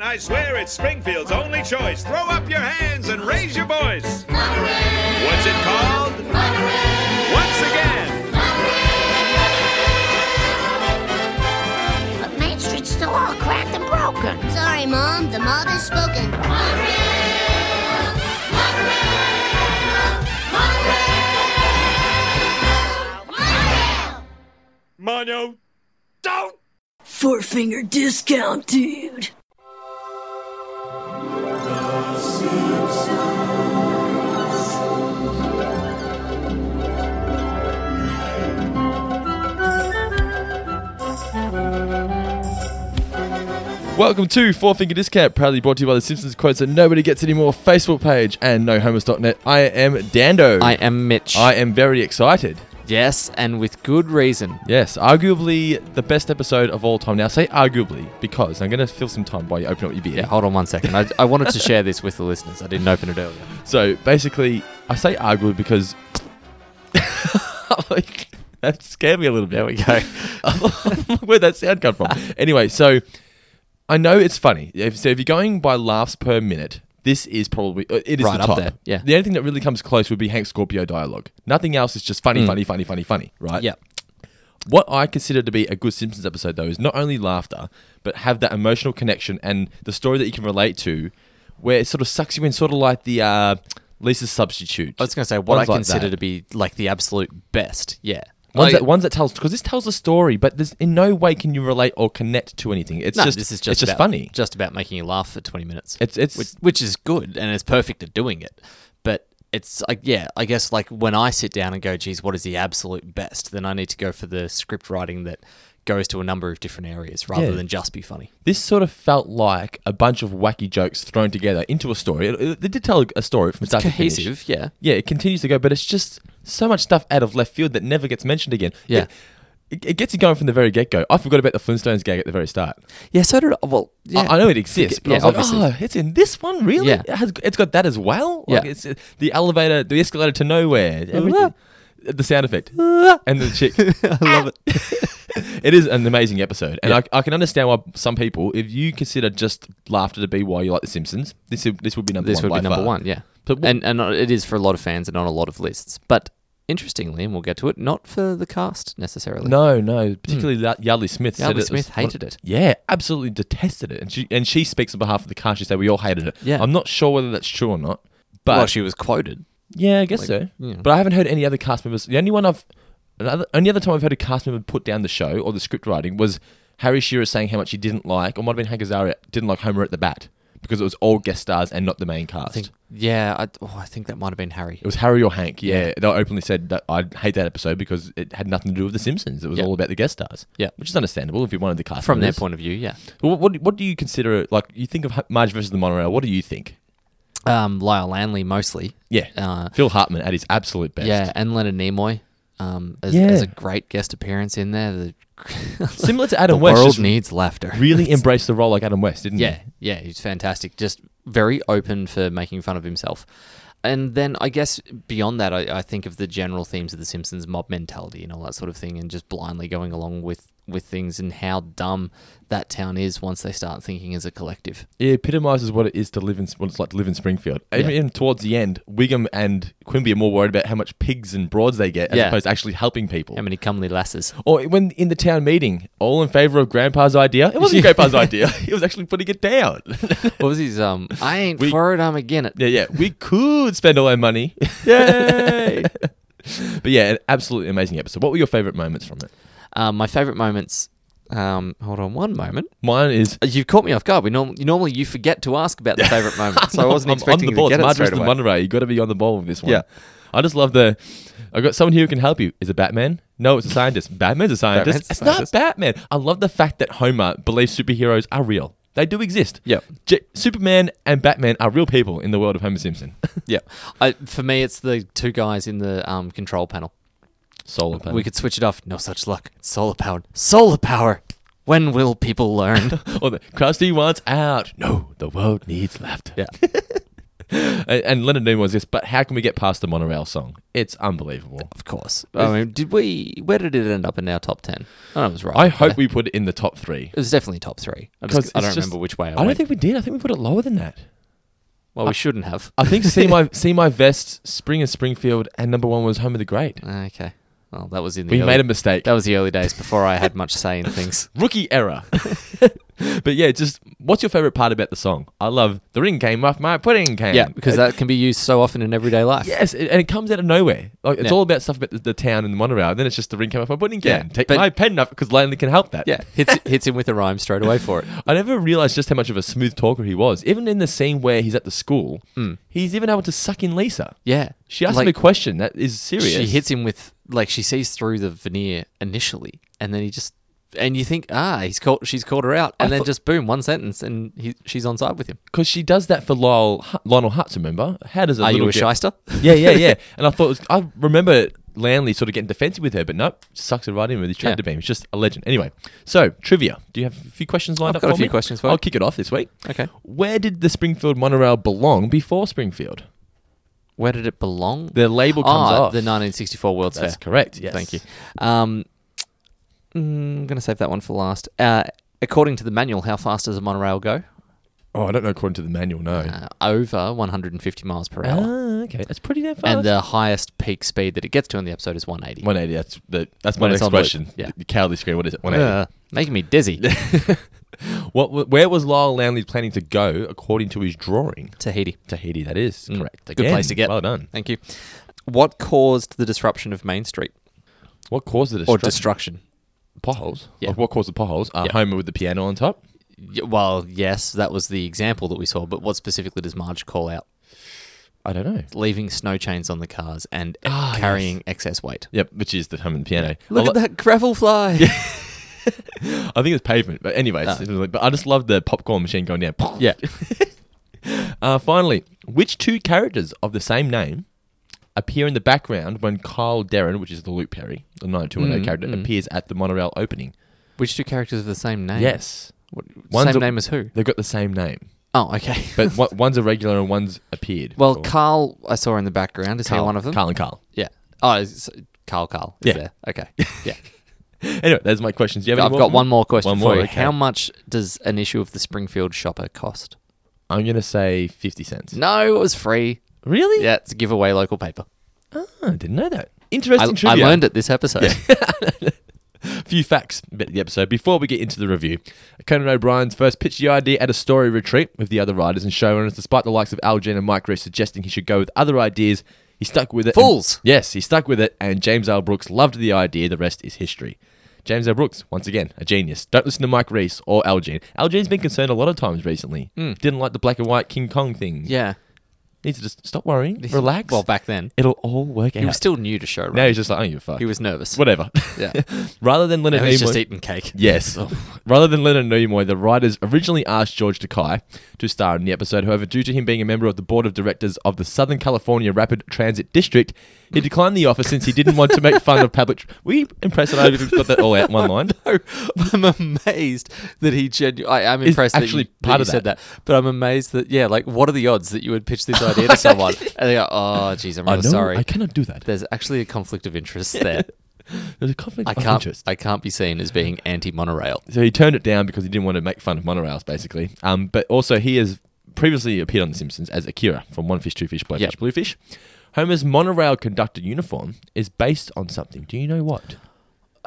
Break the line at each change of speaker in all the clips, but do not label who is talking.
I swear it's Springfield's only choice. Throw up your hands and raise your voice.
Monterey!
What's it called?
Monterey!
Once again,
But Main Street's still all cracked and broken. Sorry, Mom. The mob has spoken.
Mono, don't!
Four finger discount, dude.
Welcome to Four Finger Discount, proudly brought to you by the Simpsons Quotes That Nobody Gets Anymore Facebook page and nohomers.net. I am Dando.
I am Mitch.
I am very excited.
yes, and with good reason.
Yes, arguably the best episode of all time. Now, I say arguably because I'm going to fill some time while you open up your beer.
Yeah, hold on one second. I, I wanted to share this with the listeners. I didn't open it earlier.
So basically, I say arguably because like that scared me a little bit. There we go. Where'd that sound come from? Anyway, so I know it's funny. If, so if you're going by laughs per minute, this is probably uh, it is
Right
the
up
top.
there, yeah.
The only thing that really comes close would be Hank Scorpio dialogue. Nothing else is just funny, funny, funny, funny, funny. Right.
Yep.
What I consider to be a good Simpsons episode, though, is not only laughter, but have that emotional connection and the story that you can relate to, where it sort of sucks you in, sort of like the uh, Lisa's substitute.
I was going to say what
Ones
I
like
consider
that.
to be like the absolute best. Yeah.
Ones,
Like-
that, ones that tells because this tells a story, but there's in no way can you relate or connect to anything. It's
no,
just
this is just
it's just
about-
funny.
Just about making you laugh for 20 minutes.
It's it's
which, which is good and it's perfect at doing it. But it's like yeah, I guess like when I sit down and go, geez, what is the absolute best? Then I need to go for the script writing that goes to a number of different areas rather
Yeah.
than just be funny.
this sort of felt like a bunch of wacky jokes thrown together into a story. It, it- they did tell a story from start to finish.
Cohesive, yeah.
yeah, it continues to go, but it's just so much stuff out of left field that never gets mentioned again.
Yeah.
It, it gets you going from the very get go. I forgot about the Flintstones gag at the very start.
Yeah, so did I, well, yeah.
I, I know it exists, but
Yeah,
I was
obviously.
like, oh, it's in this one, really?
Yeah.
It has, it's got that as well? Like,
Yeah.
it's uh, the elevator, the escalator to nowhere. everything. The sound effect. and the chick. I love it. it is an amazing episode. And I, I can understand why some people, if you consider just laughter to be why you like The Simpsons, this, would- this would be number
this
one.
would
by
be number
far.
one, yeah.
But wh-
and and uh, it is for a lot of fans and on a lot of lists. But interestingly, and we'll get to it, not for the cast necessarily.
No, no, particularly La- Yardley Smith. said
Hmm. Yardley
it
Smith
was-
hated it.
Yeah, absolutely detested it, and she and she speaks on behalf of the cast. She said we all hated it.
Yeah.
I'm not sure whether that's true or not, but
well, she was quoted.
yeah, I guess so.
yeah.
But I haven't heard any other cast members. The only one I've, another, only other time I've heard a cast member put down the show or the script writing was Harry Shearer saying how much he didn't like, or might have been Hank Azaria didn't like Homer at the Bat because it was all guest stars and not the main cast.
I think, yeah, I, oh, I think that might have been Harry.
It was Harry or Hank. Yeah, they openly said that I hate that episode because it had nothing to do with The Simpsons. It was
Yeah.
all about the guest stars.
Yeah.
which is understandable if you wanted the cast
From their
members.
point of view, yeah.
Well, What, what, what do you consider, like, you think of H- Marge versus the monorail, what do you think? Oh.
Um, Lyle Lanley mostly.
Yeah.
Uh,
Phil Hartman at his absolute best.
Yeah, and Leonard Nimoy um, as,
Yeah.
as a great guest appearance in there. The,
Similar to
the
Adam West.
world
just
needs laughter.
Really embraced the role like Adam West, didn't
Yeah,
he?
yeah, he's fantastic. Just very open for making fun of himself. And then I guess beyond that, I, I think of the general themes of The Simpsons mob mentality and all that sort of thing, and just blindly going along with, with things and how dumb that town is once they start thinking as a collective.
It epitomizes what it is to live in, what it's like to live in Springfield. Even,
Yeah.
even towards the end, Wiggum and Quimby are more worried about how much pigs and broads they get as
Yeah.
opposed to actually helping people.
How many comely lasses?
or when in the town meeting, all in favor of Grandpa's idea. It wasn't Grandpa's idea. He was actually putting it down.
What was his um? I ain't
We-
for it. I'm again it.
Yeah, yeah. We could spend all our money. Yay! but yeah, an absolutely amazing episode. What were your favorite moments from it?
Um, my favorite moments. Um, hold on one moment.
Mine is.
Uh, You've caught me off guard. We norm- normally you forget to ask about the favorite moment, so I wasn't
I'm
expecting
on the ball.
to get
It's
it
Marge
straight
versus
away.
the Monterey. You got to be on the ball with this one.
Yeah.
I just love the. I've got someone here who can help you. Is it Batman? No, it's a scientist. Batman's a scientist.
Batman's a
it's
scientist.
not Batman. I love the fact that Homer believes superheroes are real. They do exist.
Yep.
J- Superman and Batman are real people in the world of Homer Simpson.
Yeah, I, for me, it's the two guys in the um, control panel.
Solar power.
We could switch it off. No such luck. It's solar powered. Solar power. When will people learn?
or the Krusty wants out. No, the world needs laughter.
yeah,
and and Leonard Nimoy was this, but how can we get past the monorail song? It's unbelievable.
Of course. I mean, did we? Where did it end up in our top ten? I know it was right.
I hope we put it in the top three.
It was definitely top three. I, just, I
it's
don't
just-
remember which way I,
I
went.
don't think we did. I think we put it lower than that.
well, we shouldn't have.
I think see my see my vest, spring and Springfield, and number one was Home of the Great.
okay. Well, that was in the.
We
early-
made a mistake.
That was the early days before I had much say in things.
Rookie error. but yeah, just what's your favorite part about the song? I love the ring came off my pudding can.
Yeah, because that can be used so often in everyday life.
Yes, it, and it comes out of nowhere. Like it's
Yeah.
all about stuff about the, the town and the monorail. And then it's just the ring came off my pudding can.
Yeah,
Take
but-
my pen knife because Lanley can help that.
Yeah, hits hits him with a rhyme straight away for it.
I never realized just how much of a smooth talker he was. Even in the scene where he's at the school, he's even able to suck in Lisa.
Hmm. Yeah,
She asked him
Like,
a question that is serious.
She hits him with like she sees through the veneer initially, and then he just and you think ah he's called she's called her out, and then
thought-
just boom one sentence and he, she's on side with him.
because she does that for Lyle, Hu- Lionel Hutz. Remember? How does a
Are
little
Ah, you a
girl-
shyster?
Yeah, yeah, yeah. And I thought it was, I remember Lanley sort of getting defensive with her, but nope, sucks it right in with his tractor beam. It's just a legend. Anyway, so trivia. Do you have a few questions lined
I've
up?
got a
for
few
me?
questions for you.
I'll kick it off this week.
Okay.
Where did the Springfield monorail belong before Springfield?
Where did it belong?
The label comes
Ah,
off.
the 1964 World's
That's
Fair.
correct. Yes.
Thank you. Um, mm, I'm going to save that one for last. Uh, according to the manual, how fast does a monorail go?
Oh, I don't know according to the manual. No.
Uh, over 150 miles per hour.
ah, okay. That's pretty damn fast.
and the highest peak speed that it gets to in the episode is 180.
180. That's the, that's my
When it's
next
on loop,
question.
yeah.
The cowardly screen. What is it? 180.
Uh, making me dizzy.
What? Where was Lyle Lanley planning to go according to his drawing?
Tahiti.
Tahiti. That is
Mm,
correct.
Good place to
Again,
get.
Well done.
Thank you. What caused the disruption of Main Street
What caused the
or
destruction?
destruction?
potholes.
Yeah.
Like, what caused the potholes? Uh,
Yeah.
Homer with the piano on top.
Y- Well, yes, that was the example that we saw. But what specifically does Marge call out?
I don't know.
Leaving snow chains on the cars and
Ah, yes.
carrying excess weight.
Yep, which is the Homer and the piano.
Look
I,
at that gravel fly.
that. Ah. I think it's pavement, but anyways. But I just love the popcorn machine going down.
Yeah.
Uh, finally, which two characters of the same name appear in the background when Kyle Darren, which is the Luke Perry, the 90210 character, appears at the monorail opening?
Which two characters have the same name?
Yes.
What,
One's
same
a-
name as who?
They've got the same name,
Oh, okay.
but one, one's a regular and one's appeared.
well,
before.
Carl, I saw in the background. Is he one of them?
Carl and Carl.
Yeah. Oh, is, Carl, Carl
Yeah.
is there. Okay. Yeah.
Anyway, that's my questions. Do you have
I've
any
got
for
one
me?
more question
One more,
for you.
okay.
How much does an issue of the Springfield Shopper cost?
I'm going to say 50 cents.
No, it was free.
Really?
Yeah, it's a giveaway local paper. Oh,
I didn't know that.
I,
Interesting
I
trivia.
learned it this episode.
few facts about the episode before we get into the review. Conan O'Brien's first pitched the idea at a story retreat with the other writers and showrunners, despite the likes of Al Jean and Mike Reese suggesting he should go with other ideas. He stuck with it. and-
Fools.
yes, he stuck with it, and James L. Brooks loved the idea. The rest is history. James L. Brooks, once again, a genius. Don't listen to Mike Reese or Al Jean. Al Jean's been concerned a lot of times recently. Didn't like the black and white King Kong thing.
Hmm. yeah.
Needs to just stop worrying, relax.
Well, back then.
It'll all work out.
He was still new to showrunning.
now he's just like, I don't give a fuck.
he was nervous.
Whatever.
Yeah.
Rather than Leonard
Now he's just
Nimoy-
eating cake.
Yes. Oh. Rather than Leonard Nimoy, the writers originally asked George Takei to star in the episode. However, due to him being a member of the board of directors of the Southern California Rapid Transit District, he declined the offer since he didn't want to make fun of public. Tr- Were you impressed that I got that all out in one line?
No, Oh, I'm amazed that he genuinely. I'm
It's
impressed
actually
that you,
part
that
of
you said
that.
that. But I'm amazed that yeah, like what are the odds that you would pitch this idea to someone and they go, oh, geez, I'm
I
real
know
sorry.
I cannot do that.
There's actually a conflict of interest there.
There's a conflict
I
of
can't.
interest.
I can't be seen as being anti-monorail.
so he turned it down because he didn't want to make fun of monorails, basically. Um, but also he has previously appeared on The Simpsons as Akira from One Fish, Two Fish, Blowfish,
Yep.
Bluefish. Homer's monorail conductor uniform is based on something. Do you know what?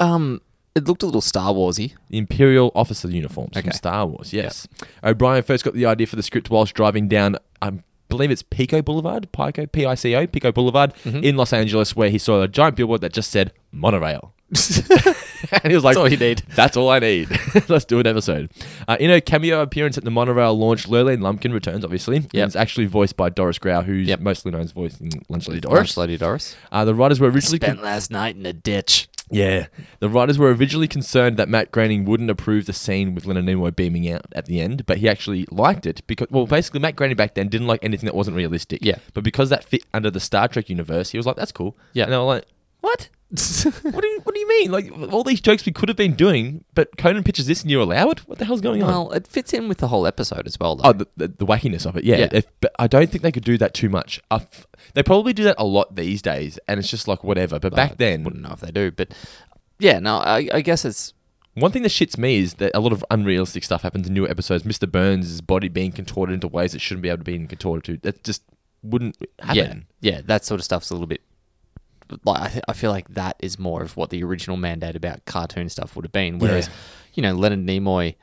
Um, it looked a little Star Warsy.
The Imperial officer uniforms from
Okay.
Star Wars. Yes. O'Brien first got the idea for the script whilst driving down, I believe it's Pico Boulevard, Pico, P I C O, Pico Boulevard
Mm-hmm.
in Los Angeles, where he saw a giant billboard that just said monorail. and he was like,
all you need.
That's all I need. Let's do an episode. Uh, in her cameo appearance at the monorail launch, Lurleen Lumpkin returns, obviously. and
Yep.
It's actually voiced by Doris Grau, who's
Yep.
mostly known as voicing Lunch Lady
Orange
Doris.
Lady Doris.
Uh, the writers were originally. con-
Spent last night in a ditch.
yeah. The writers were originally concerned that Matt Groening wouldn't approve the scene with Leonard Nimoy beaming out at the end, but he actually liked it because, well, basically, Matt Groening back then didn't like anything that wasn't realistic.
Yeah.
But because that fit under the Star Trek universe, he was like, that's cool.
Yeah.
And they were like, what? What do you What do you mean? Like all these jokes we could have been doing, but Conan pitches this and you allow it? What the hell's going on?
well, it fits in with the whole episode as well. Though.
Oh, the, the, the wackiness of it, yeah.
Yeah.
If, but I don't think they could do that too much. I f- they probably do that a lot these days, and it's just like whatever. But back
I wouldn't
then,
know if they do, but yeah, no, I, I guess it's
one thing that shits me is that a lot of unrealistic stuff happens in newer episodes. Mr. Burns' body being contorted into ways it shouldn't be able to be contorted to. That just wouldn't happen.
yeah, yeah, that sort of stuff's a little bit. Like I, th- I feel like that is more of what the original mandate about cartoon stuff would have been, whereas,
Yeah.
you know, Leonard Nimoy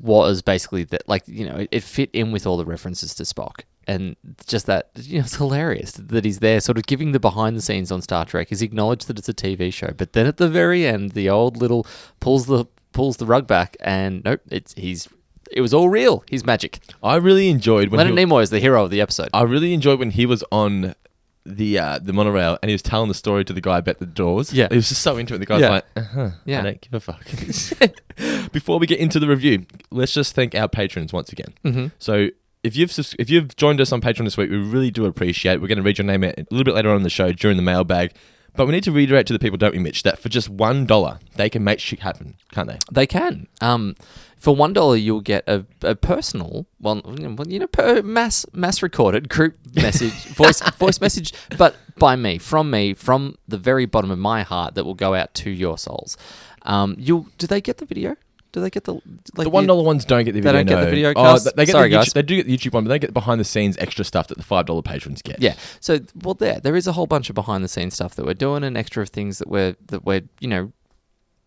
was basically that, like you know, it, it fit in with all the references to Spock, and just that you know, it's hilarious that he's there, sort of giving the behind the scenes on Star Trek. He's acknowledged that it's a TV show, but then at the very end, the old little pulls the pulls the rug back, and nope, it's he's it was all real. He's magic.
I really enjoyed when
Leonard
he,
Nimoy is the hero of the episode.
I really enjoyed when he was on the uh, the monorail and he was telling the story to the guy about the doors.
Yeah.
he was just so into it. The guy's
Yeah.
like, uh-huh,
Yeah.
I don't give a fuck. Before we get into the review, let's just thank our patrons once again. Mm-hmm. So. If you've sus- if you've joined us on Patreon this week, we really do appreciate. it. We're going to read your name out a little bit later on in the show during the mailbag, but we need to reiterate to the people, don't we, Mitch, that for just one dollar they can make shit happen, can't they?
They can. Um, for one dollar, you'll get a, a personal, well, well, you know, per mass mass recorded group message, voice voice message, but by me, from me, from the very bottom of my heart, that will go out to your souls. Um, you'll do they get the video? Do they get the like
The one dollar ones don't get the
They
video.
don't get the
no.
video
Oh,
cast?
th- they get
Sorry,
the YouTube,
guys.
They do get the YouTube one, but they don't get the behind the scenes extra stuff that the five dollar patrons get.
Yeah. So well, there there is a whole bunch of behind the scenes stuff that we're doing and extra things that we're that we're you know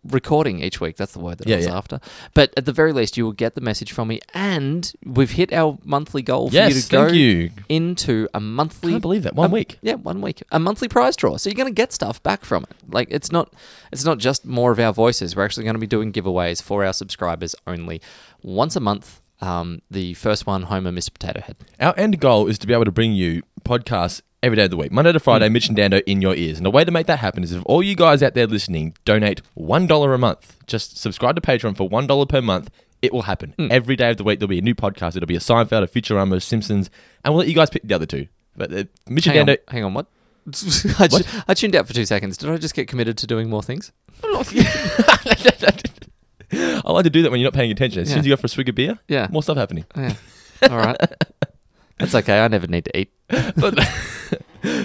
recording each week. That's the word that I
Yeah,
was
yeah.
after. But at the very least, you will get the message from me, and we've hit our monthly goal for you
Yes,
to go
thank you.
into a monthly.
Can't believe that. One
a-
week.
Yeah, one week. A monthly prize draw. So you're going to get stuff back from it. Like it's not it's not just more of our voices. We're actually going to be doing giveaways for our subscribers only once a month. Um, the first one, Homer, Mr. Potato Head.
Our end goal is to be able to bring you podcasts every day of the week, Monday to
Mm.
Friday, Mitch and Dando in your ears. And the way to make that happen is if all you guys out there listening donate $1 a month, just subscribe to Patreon for $1 per month. It will happen.
Mm.
Every day of the week, there'll be a new podcast. It'll be a Seinfeld, a Futurama, Simpsons, and we'll let you guys pick the other two. But uh, Mitch and
Hang on,
Dando.
hang on, what? I, ju- I tuned out for two seconds. Did I just get committed to doing more things?
I like to do that when you're not paying attention. As soon as
Yeah.
you go for a swig of beer,
Yeah.
more stuff happening.
Oh, Yeah. All right. That's okay. I never need to eat.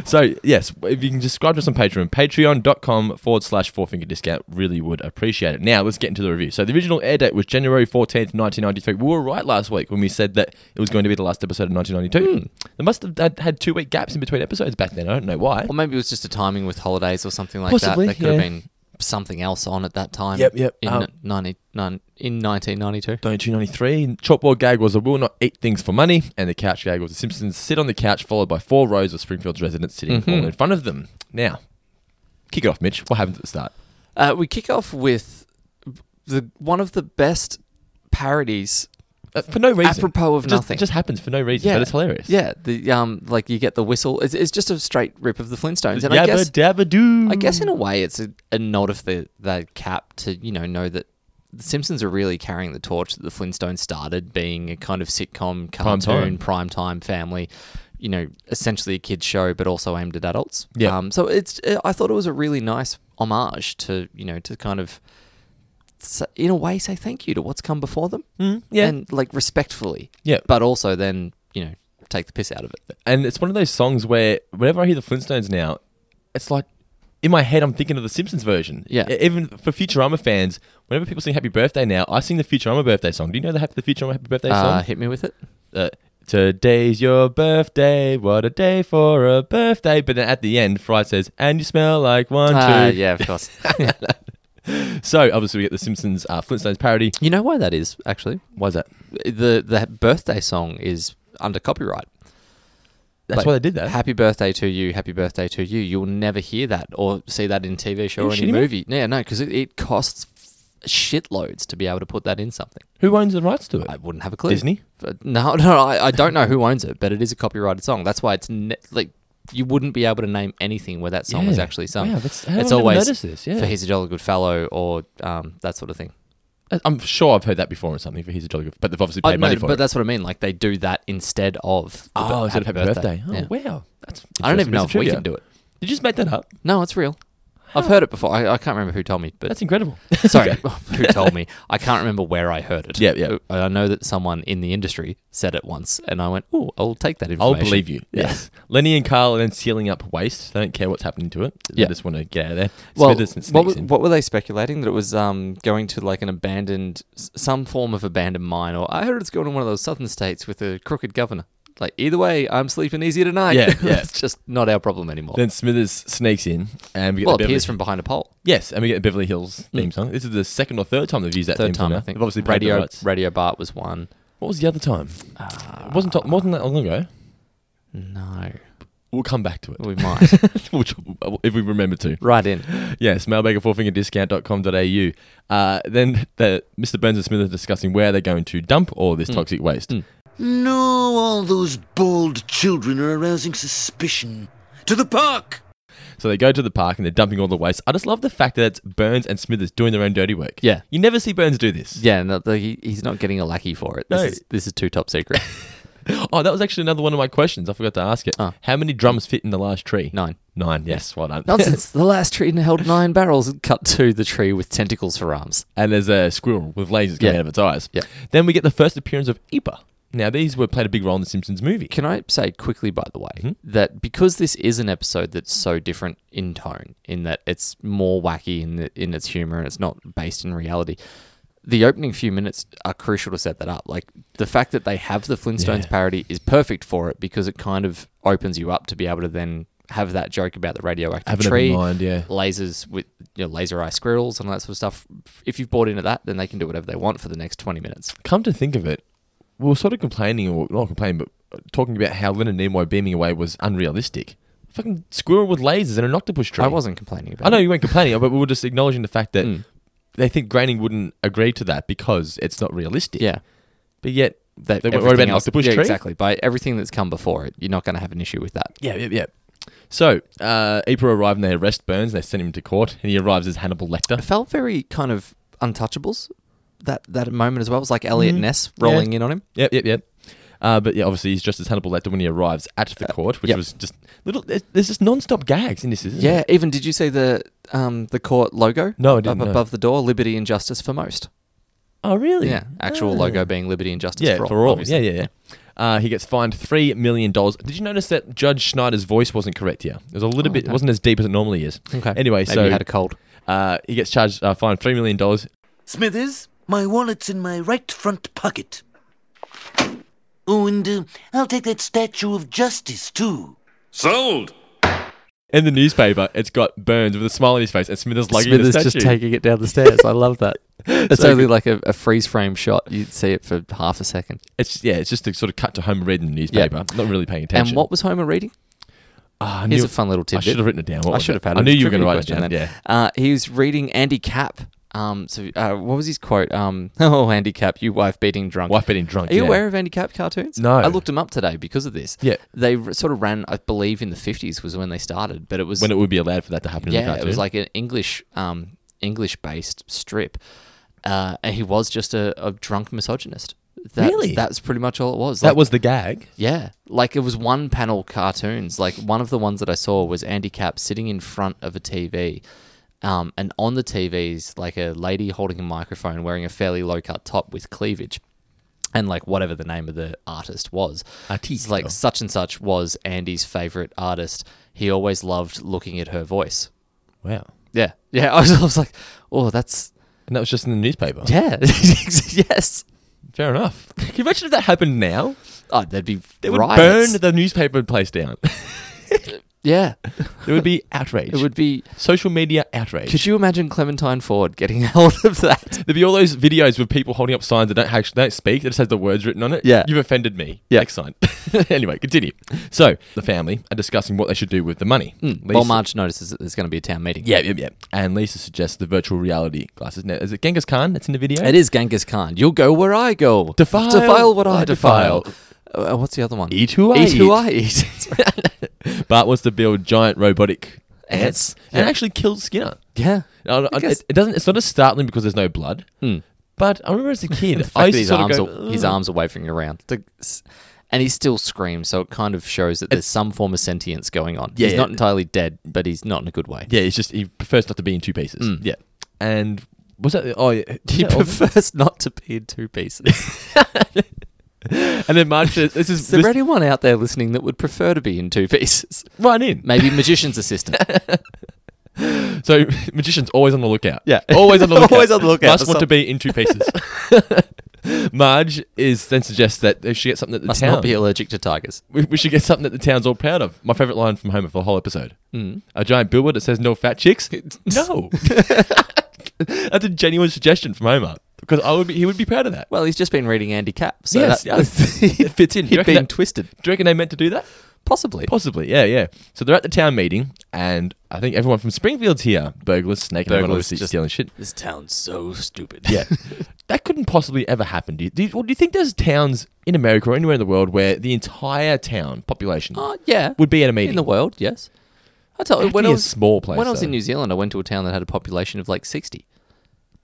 So, yes, if you can subscribe to us on Patreon, patreon.com forward slash fourfinger discount, really would appreciate it. Now, let's get into the review. So, the original air date was January 14th, 1993. We were right last week when we said that it was going to be the last episode of 1992. They must have had- had two week gaps in between episodes back then. I don't know why.
Or maybe it was just a timing with holidays or something like
Possibly,
that. That could
yeah.
have been something else on at that time.
Yep, yep.
In,
Um,
90, nine- in 1992.
1993, chalkboard gag was a will not eat things for money, and the couch gag was the Simpsons sit on the couch, followed by four rows of Springfield's residents sitting all in front of them. Now, kick it off, Mitch. What happened at the start?
Uh, we kick off with the one of the best parodies
Uh, for no reason.
Apropos of
It just,
nothing.
It just happens for no reason, but it's hilarious.
Yeah, the um, like you get the whistle. It's, it's just a straight rip of the Flintstones, and I
Yabba
guess
dabba doo.
I guess in a way, it's a, a nod of the that cap to you know know that the Simpsons are really carrying the torch that the Flintstones started being a kind of sitcom,
Prime
cartoon, prime time family, you know, essentially a kids show, but also aimed at adults.
Yeah.
Um, so it's uh, I thought it was a really nice homage to you know to kind of. s- In a way, say thank you to what's come before them, mm,
Hmm. yeah.
and like respectfully,
Yeah.
but also then you know take the piss out of it.
and it's one of those songs where whenever I hear the Flintstones now, it's like in my head I'm thinking of the Simpsons version.
Yeah.
E- Even for Futurama fans, whenever people sing Happy Birthday now, I sing the Futurama birthday song. Do you know the Happy the Futurama Happy Birthday
Uh,
song?
hit me with it.
Uh, Today's your birthday. What a day for a birthday! But then at the end, Fry says, "And you smell like one,
Ah,
two."
yeah, of course.
So obviously we get the Simpsons uh, Flintstones parody.
you know why that is actually.
Why is that?
the the birthday song is under copyright.
That's
Like,
why they did that.
Happy birthday to you, happy birthday to you. You'll never hear that or see that in TV show
Are you
or any
shitting me?
movie. Yeah, no, because it, it costs shitloads to be able to put that in something.
Who owns the rights to it?
I wouldn't have a clue.
Disney?
But no, no, I, I don't know who owns it, but it is a copyrighted song. That's why it's ne- like you wouldn't be able to name anything where that song was
Yeah.
actually sung.
Wow, that's- how have I
it's
never
always
noticed this? Yeah.
for he's a jolly good fellow or um, that sort of thing.
I'm sure I've heard that before or something. For he's a jolly good, but they've obviously
Oh,
paid
no,
money for
but
it.
that's what I mean. Like they do that instead of the
Oh,
bir-
instead of happy birthday.
Yeah.
Oh, wow. That's
I don't even know if we
interesting
can do it.
Did you just make that up?
No, it's real. I've heard it before. I, I can't remember who told me, but
Oh. That's incredible.
sorry, who told me? I can't remember where I heard it. Uh,
Yeah, yeah.
I know that someone in the industry said it once, and I went, "Oh, I'll take that
I'll
information."
believe you. Yes. Lenny and Carl are then sealing up waste. They don't care what's happening to it. They
Yeah.
just want to get out of there.
Well,
Smithers and
what,
sneaks
were-
in.
what were they speculating that it was um, going to like an abandoned, s- some form of abandoned mine, or I heard it's going to one of those southern states with a crooked governor. Like either way, I'm sleeping easy tonight.
Yeah, yeah.
it's just not our problem anymore.
Then Smithers sneaks in, and we get
well,
the
it
Beverly,
appears from behind a pole.
yes, and we get the Beverly Hills theme song. This is the second or third time they've used that
Third
theme song.
time,
now.
I think.
They've obviously played the
radio,
rights.
radio Bart was one.
What was the other time? it wasn't to- wasn't that long ago.
No,
We'll come back to it
we might
We'll- uh, if we remember to.
right in.
Yes, mailbag at fourfingerdiscount.com.au. Uh, then the, Mr. Burns and Smith are discussing where they're going to dump all
Hmm.
this toxic waste.
No, all those bald children are arousing suspicion. To the park!
So they go to the park and they're dumping all the waste. I just love the fact that it's Burns and Smithers doing their own dirty work.
Yeah.
You never see Burns do this.
Yeah, no, the, he, he's not getting a lackey for it. This,
No.
is, this is too top secret.
Oh, that was actually another one of my questions. I forgot to ask it.
Oh.
How many drums fit in the last tree?
Nine.
Nine, yes, well done.
Nonsense. the last tree held nine barrels and cut to the tree with tentacles for arms.
and there's a squirrel with lasers coming
Yeah.
out of its eyes.
Yeah.
Then we get the first appearance of Ipa. Now, these were played a big role in the Simpsons movie.
Can I say quickly, by the way,
Mm-hmm.
that because this is an episode that's so different in tone, in that it's more wacky in, the, in its humor and it's not based in reality, the opening few minutes are crucial to set that up. Like the fact that they have the Flintstones
Yeah.
parody is perfect for it because it kind of opens you up to be able to then have that joke about the radioactive
Have an open
tree,
mind, yeah.
lasers with you know, laser eye squirrels and all that sort of stuff. If you've bought into that, then they can do whatever they want for the next twenty minutes.
Come to think of it, we were sort of complaining, or not complaining, but talking about how Leonard Nimoy beaming away was unrealistic. Fucking squirrel with lasers and an octopus tree.
I wasn't complaining about.
I know
it.
you weren't complaining, but we were just acknowledging the fact that
Mm.
they think Groening wouldn't agree to that because it's not realistic.
Yeah.
But yet,
that
They weren't worried
everything
about an
else-
octopus
yeah,
tree?
Exactly. By everything that's come before it, you're not going to have an issue with that.
yeah, yeah, yeah. So, uh, Ypres arrived and they arrest Burns and they send him to court and he arrives as Hannibal
It
Lecter.
felt very kind of untouchables. That that moment as well It was like Elliot
Mm-hmm.
Ness rolling in on him.
Yep, yep, yep. Uh, but yeah, obviously he's dressed as Hannibal Lecter when he arrives at the court, which
Uh, yep.
was just little. There's, there's just non-stop gags in this, isn't
Yeah.
it?
Even did you see the um the court logo?
No, I didn't,
Up
no.
above the door, liberty and justice for most.
Oh, really?
Yeah. Actual
Ah.
logo being liberty and justice
Yeah,
for all.
Yeah,
obviously.
yeah, yeah. Uh, he gets fined three million dollars. Did you notice that Judge Schneider's voice wasn't correct here? It was a little bit. It wasn't as deep as it normally is.
Oh, Okay.
Anyway,
Maybe
so
he had a cold.
uh, he gets charged uh, fined three million dollars.
Smithers, my wallet's in my right front pocket. Oh, and uh, I'll take that statue of justice, too.
Sold!
In the newspaper, it's got Burns with a smile on his face and Smithers lugging
Smithers
the statue.
just taking it down the stairs. I love that. It's
So
only
good.
like a, a freeze frame shot. You would see it for half a second.
it's yeah, it's just to sort of cut to Homer reading the newspaper, not really paying attention.
And what was Homer reading?
Ah, I
Here's
knew-
a fun little
I
tidbit.
should have written it down. What
I
was
should
it?
have had.
I
a
knew you were going
trivia
to write it
question
down.
then.
Yeah.
Uh, he was reading Andy Cap. Um, so uh, what was his quote? Um, oh, Andy Cap, you wife beating drunk.
Wife beating drunk.
Are you
yeah.
aware of Andy Cap cartoons?
No.
I looked them up today because of this.
Yeah.
They r- sort of ran, I believe, in the fifties was when they started, but it was
when it would be allowed for that to happen? in the
yeah,
cartoon?
it was like an English um, English based strip, uh, and he was just a, a drunk misogynist. That,
Really?
That's pretty much all it was.
that
Like,
was the gag.
yeah, like it was one panel cartoons. Like one of the ones that I saw was Andy Cap sitting in front of a TV, um, and on the TV's like a lady holding a microphone wearing a fairly low cut top with cleavage, and like whatever the name of the artist was.
Artista.
Like such and such was Andy's favorite artist. He always loved looking at her voice.
Wow.
Yeah, yeah. I was, I was like, oh, that's
And that was just in the newspaper.
yeah, yes.
Fair enough. Can you imagine if that happened now?
Oh, that'd be
They would
riots.
burn the newspaper place down.
Yeah,
there would be outrage.
it would be.
social media outrage.
Could you imagine Clementine Ford getting hold of that?
There'd be all those videos with people holding up signs that don't actually don't speak. That just has the words written on it.
Yeah.
you've offended me.
Yeah.
next sign. anyway, continue. So the family are discussing what they should do with the money. Lisa-
Hmm. Well, Marge notices that there's going to be a town meeting.
Yeah, yeah, yeah. And Lisa suggests the virtual reality glasses. Now, is it Genghis Khan that's in the video?
It is Genghis Khan. You'll go where I go.
Defile
what I
I
defile.
defile.
Uh, what's the other one?
Eat who I
Eat who
eat.
I eat.
Bart wants to build giant robotic
Ants.
ants,
Yeah.
and actually kills Skinner.
yeah.
Now,
I
I-
guess-
it, it doesn't. It's not as startling because there's no blood. But I remember as a kid,
Hmm. The fact
I
that
used to
his
sort of
arms,
go,
are, his
"Ugh."
arms are waving around. The- s- and he still screams. So it kind of shows that there's some form of sentience going on.
Yeah,
he's
yeah.
not entirely dead, but he's not in a good way.
Yeah, it's just he prefers not to be in two pieces.
Hmm.
Yeah, and was that? Oh, yeah, was
He
that Oliver?
prefers not to be in two pieces.
And then Marge says, "This is
Is there
this,
anyone out there listening that would prefer to be in two pieces?
run in."
Maybe magician's assistant.
So magician's always on the lookout.
Yeah.
always on the lookout.
Always on the lookout
Must
for
want to
some-
be in two pieces. Marge is then suggests that if she gets something that the
Must
town,
not be allergic to tigers.
we, we should get something that the town's all proud of. My favorite line from Homer for the whole episode:
Hmm.
a giant billboard that says "No fat chicks." no, that's a genuine suggestion from Homer because I would be, he would be proud of that.
Well, he's just been reading Andy Cap, so
Yes,
that, uh,
yeah. It fits in. Do you
He'd
reckon
been
that-
twisted,
Do you reckon they meant to do that?
possibly.
Possibly, yeah, yeah. So they're at the town meeting, and I think everyone from Springfield's here. Burglars, snake, and everyone
Burglars,
obviously
just-
stealing shit.
this town's so stupid.
Yeah, that couldn't possibly ever happen. Do you, do, you, well, do you think there's towns in America or anywhere in the world where the entire town population
Uh, yeah.
would be at a meeting?
in the world, yes. I tell you,
That'd
when
be
I
a
was
small place,
When I was
though.
in New Zealand, I went to a town that had a population of like sixty.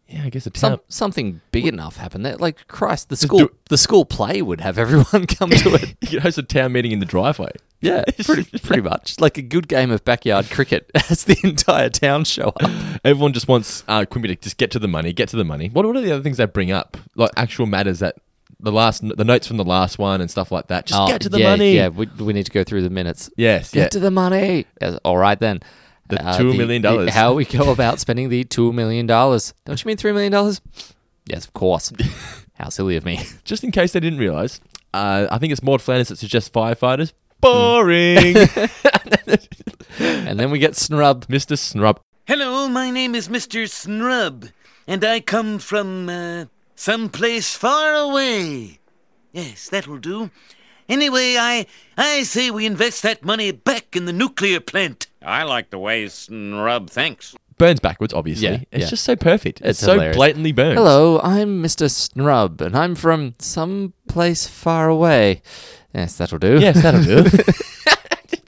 Yeah, I guess a
Some,
town.
Something big enough happened there. Like Christ, the school
do-
the school play would have everyone come to it.
you could host a town meeting in the driveway.
yeah, pretty pretty much like a good game of backyard cricket as the entire town show up.
Everyone just wants uh, Quimby to just get to the money, get to the money. What, what are the other things they bring up? Like actual matters that the last, the notes from the last one and stuff like that. Just
Oh,
get to the
yeah,
money.
Yeah, we, we need to go through the minutes.
Yes,
Get
yeah.
to the money. Yes, all right then.
The
Uh,
$2 million
the-
dollars.
how we go about spending the two million dollars? Don't you mean three million dollars? Yes, of course. How silly of me.
just in case they didn't realize, uh, I think it's Maud Flanders that suggests firefighters. Boring,
And then we get snub.
Mister Snrub.
Hello, my name is Mr. Snrub, and I come from uh, someplace far away. Yes, that'll do. Anyway, I I say we invest that money back in the nuclear plant.
I like the way Snrub thinks.
burns backwards, obviously.
Yeah,
it's
yeah.
just so perfect. It's,
It's
so
hilarious.
blatantly burns.
Hello, I'm Mr. Snrub, and I'm from some place far away. Yes, that'll do.
Yes, that'll do.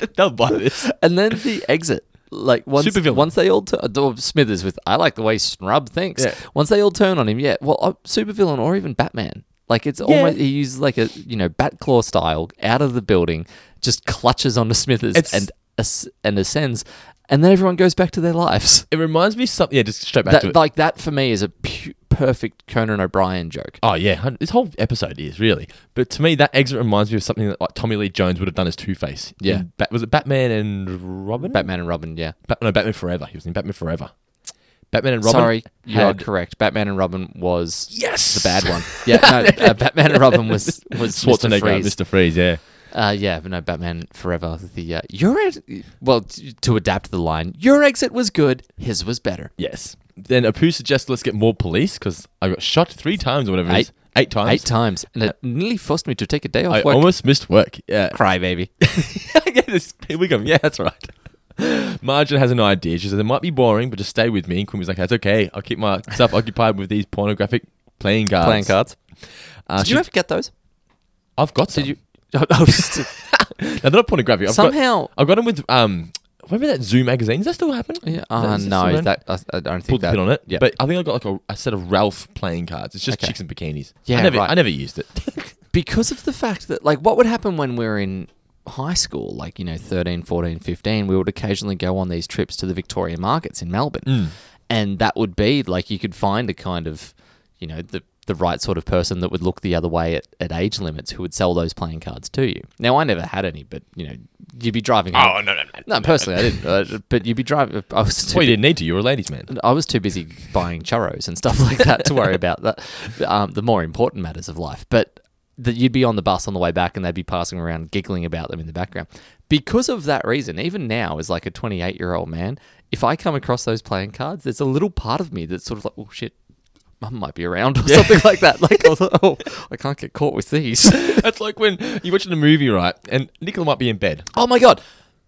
They'll buy this.
And then the exit. Like once,
Supervillain.
once they all turn, Smithers with I like the way Snrub thinks.
Yeah.
Once they all turn on him, yeah. Well, uh, supervillain or even Batman. Like it's almost he uses like a you know bat claw style out of the building, just clutches onto Smithers
It's-
and as- and ascends, and then everyone goes back to their lives.
It reminds me something. Yeah, just straight back to
That,
it.
like that for me is a pu- perfect Conan O'Brien joke.
oh yeah, hun- this whole episode is really. But to me, that exit reminds me of something that like Tommy Lee Jones would have done as Two Face.
Yeah.
was it Batman and Robin?
Batman and Robin, yeah.
Bat- no, Batman Forever. He was in Batman Forever. Batman and Robin.
Sorry, you are
had-
correct. Batman and Robin was
Yes,
the bad one. Yeah, no, uh, Batman and Robin was was Mr.
Schwarzenegger,
Freeze.
Mr. Freeze. Yeah,
Uh, yeah, but no, Batman Forever. The uh, your ex- well t- to adapt the line, your exit was good, his was better.
yes. Then Apu suggests let's get more police because I got shot three times or whatever. it is.
Eight-
Eight times.
Eight times, and it nearly forced me to take a day off
I
work.
almost missed work. Yeah.
cry, baby.
yeah, this, here we go. Yeah, that's right. Margin has an idea. She says, it might be boring, but just stay with me. And Quimby's like, that's okay. I'll keep myself occupied with these pornographic playing cards.
Playing cards.
Uh,
Did
she-
you ever get those?
I've got some.
Did you? Oh, no, just-
No, they're not pornographic. I've
Somehow-
Got, I've got them with, um, remember that Zoo magazine? Does that still happen?
yeah. Uh,
Is still
no,
around?
that I, I don't think
Pulled the
that.
pin on it.
Yeah,
But I think I got like a, a set of Ralph playing cards. It's just
Okay.
chicks in bikinis. I
Yeah,
never,
right.
I never used it.
because of the fact that like what would happen when we were in high school like you know 13 14 15 we would occasionally go on these trips to the victoria markets in melbourne and that would be like you could find a kind of you know the the right sort of person that would look the other way at, at age limits who would sell those playing cards to you now i never had any but you know you'd be
Oh,
driving home.
Oh, no, no, no.
no personally i didn't uh, but you'd be driving i was too
Well, you didn't need to. You were a ladies' man.
I was too busy buying churros and stuff like that to worry about that, um, the more important matters of life. But that you'd be on the bus on the way back and they'd be passing around giggling about them in the background. Because of that reason, even now as like a 28 year old man, if I come across those playing cards, there's a little part of me that's sort of like, oh shit, mum might be around or something like that. Like, I was like, oh, I can't get caught with these.
That's like when you're watching a movie, right? And Nicola might be in bed.
oh my God.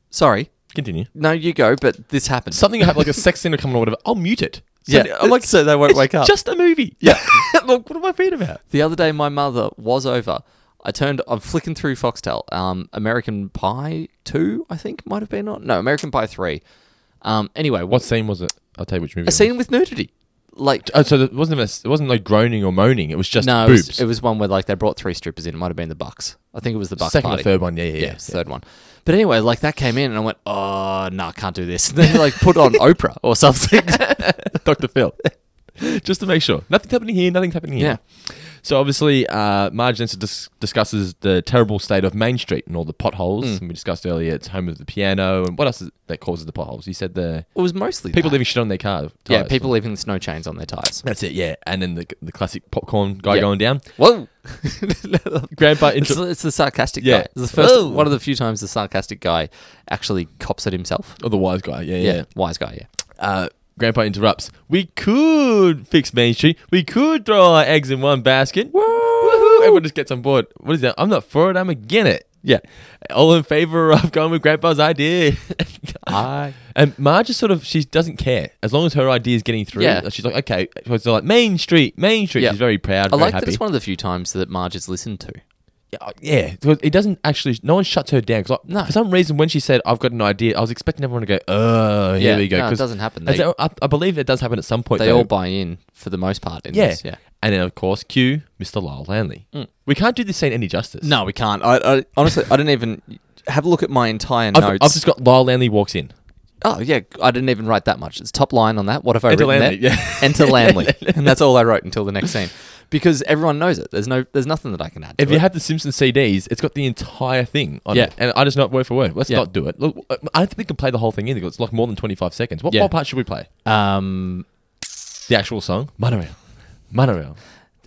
Sorry.
Continue.
No, you go, but this happened.
something happened, like a sex scene or coming or whatever, I'll mute it. So
yeah,
I'm like,
so they won't
it's
wake up.
just a movie. Yeah. like, what am I afraid about?
The other day, my mother was over. I turned. I'm flicking through Foxtel. Um, American Pie two, I think, might have been on. No, American Pie three. Um, anyway,
What
what's
scene was it? I'll tell you which movie.
a scene with nudity? like
Oh, so it wasn't even a, it wasn't like groaning or moaning. It was just
no, it
boobs.
was, it was one where like they brought three strippers in. It might have been the Bucks. I think it was the Bucks.
Second
party.
or third one, yeah, yeah, yeah.
it's the third one. But anyway, like that came in, and I went, "Oh no, I can't do this." And then like put on Oprah or something.
Dr. Phil. Just to make sure. Nothing's happening here, nothing's happening here. So obviously, uh, Marge then dis- discusses the terrible state of Main Street and all the potholes. And we discussed earlier, it's home of the piano. And what else is that causes the potholes? You said the
It was mostly
people
that.
leaving shit on their car.
Yeah,
tyres.
people leaving snow chains on their tires.
That's it, yeah. And then the, the classic popcorn guy
Yeah.
going down.
Whoa!
Grandpa
It's,
into,
the- it's the sarcastic
Yeah.
guy. It's the first
Whoa.
one of the few times the sarcastic guy actually cops at himself.
or Oh, the wise guy, yeah, yeah.
wise guy. Yeah,
Uh, Grandpa interrupts. We could fix Main Street. We could throw our eggs in one basket. Woohoo! Everyone just gets on board. What is that? I'm not for it. I'm against it. Yeah. All in favor of going with Grandpa's idea.
I
and Marge is sort of, she doesn't care. As long as her idea is getting through,
Yeah.
she's like, okay. So it's like Main Street, Main Street.
Yeah.
She's very proud,
I
very
like
happy.
that it's one of the few times that Marge is listened to.
Yeah, yeah. So It doesn't actually, no one shuts her down. 'Cause, like,
No.
For some reason, when she said, I've got an idea, I was expecting everyone to go, oh, here
Yeah.
we go.
No, it
'Cause
doesn't happen.
as
They-
I, I believe it does happen at some point.
They
though.
all buy in for the most part. In
Yeah.
This, yeah. Mm.
And then, of course, Q, Mr. Lyle Lanley. We can't do this scene any justice.
No, we can't. I, I honestly, I didn't even have a look at my entire
I've,
notes.
I've just got Lyle Lanley walks in.
oh yeah, I didn't even write that much. It's top line on that. What have I
Enter
written
Lanley,
there?
yeah.
Enter Lanley, and that's all I wrote until the next scene, because everyone knows it. There's no, there's nothing that I can add. To
If you
it.
have the Simpsons CDs, it's got the entire thing on
Yeah.
it. And I just not word for word. Let's
Yeah.
not do it. Look, uh, I don't think we can play the whole thing either. 'cause It's like more than 25 seconds. What,
Yeah.
what part should we play?
um,
The actual song? Monorail. Monorail.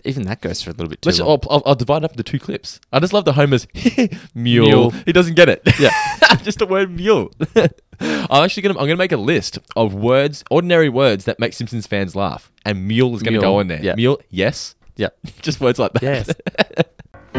even that goes for a little bit too
Let's,
long.
I'll, I'll, I'll divide up the two clips. I just love the Homer's mule.
Mule.
He doesn't get it. Yeah, just the word mule. I'm actually gonna I'm gonna make a list of words, ordinary words that make Simpsons fans laugh, and mule is gonna
Mule,
go on there.
yeah.
Mule, yes,
Yeah.
just words like that.
Yes.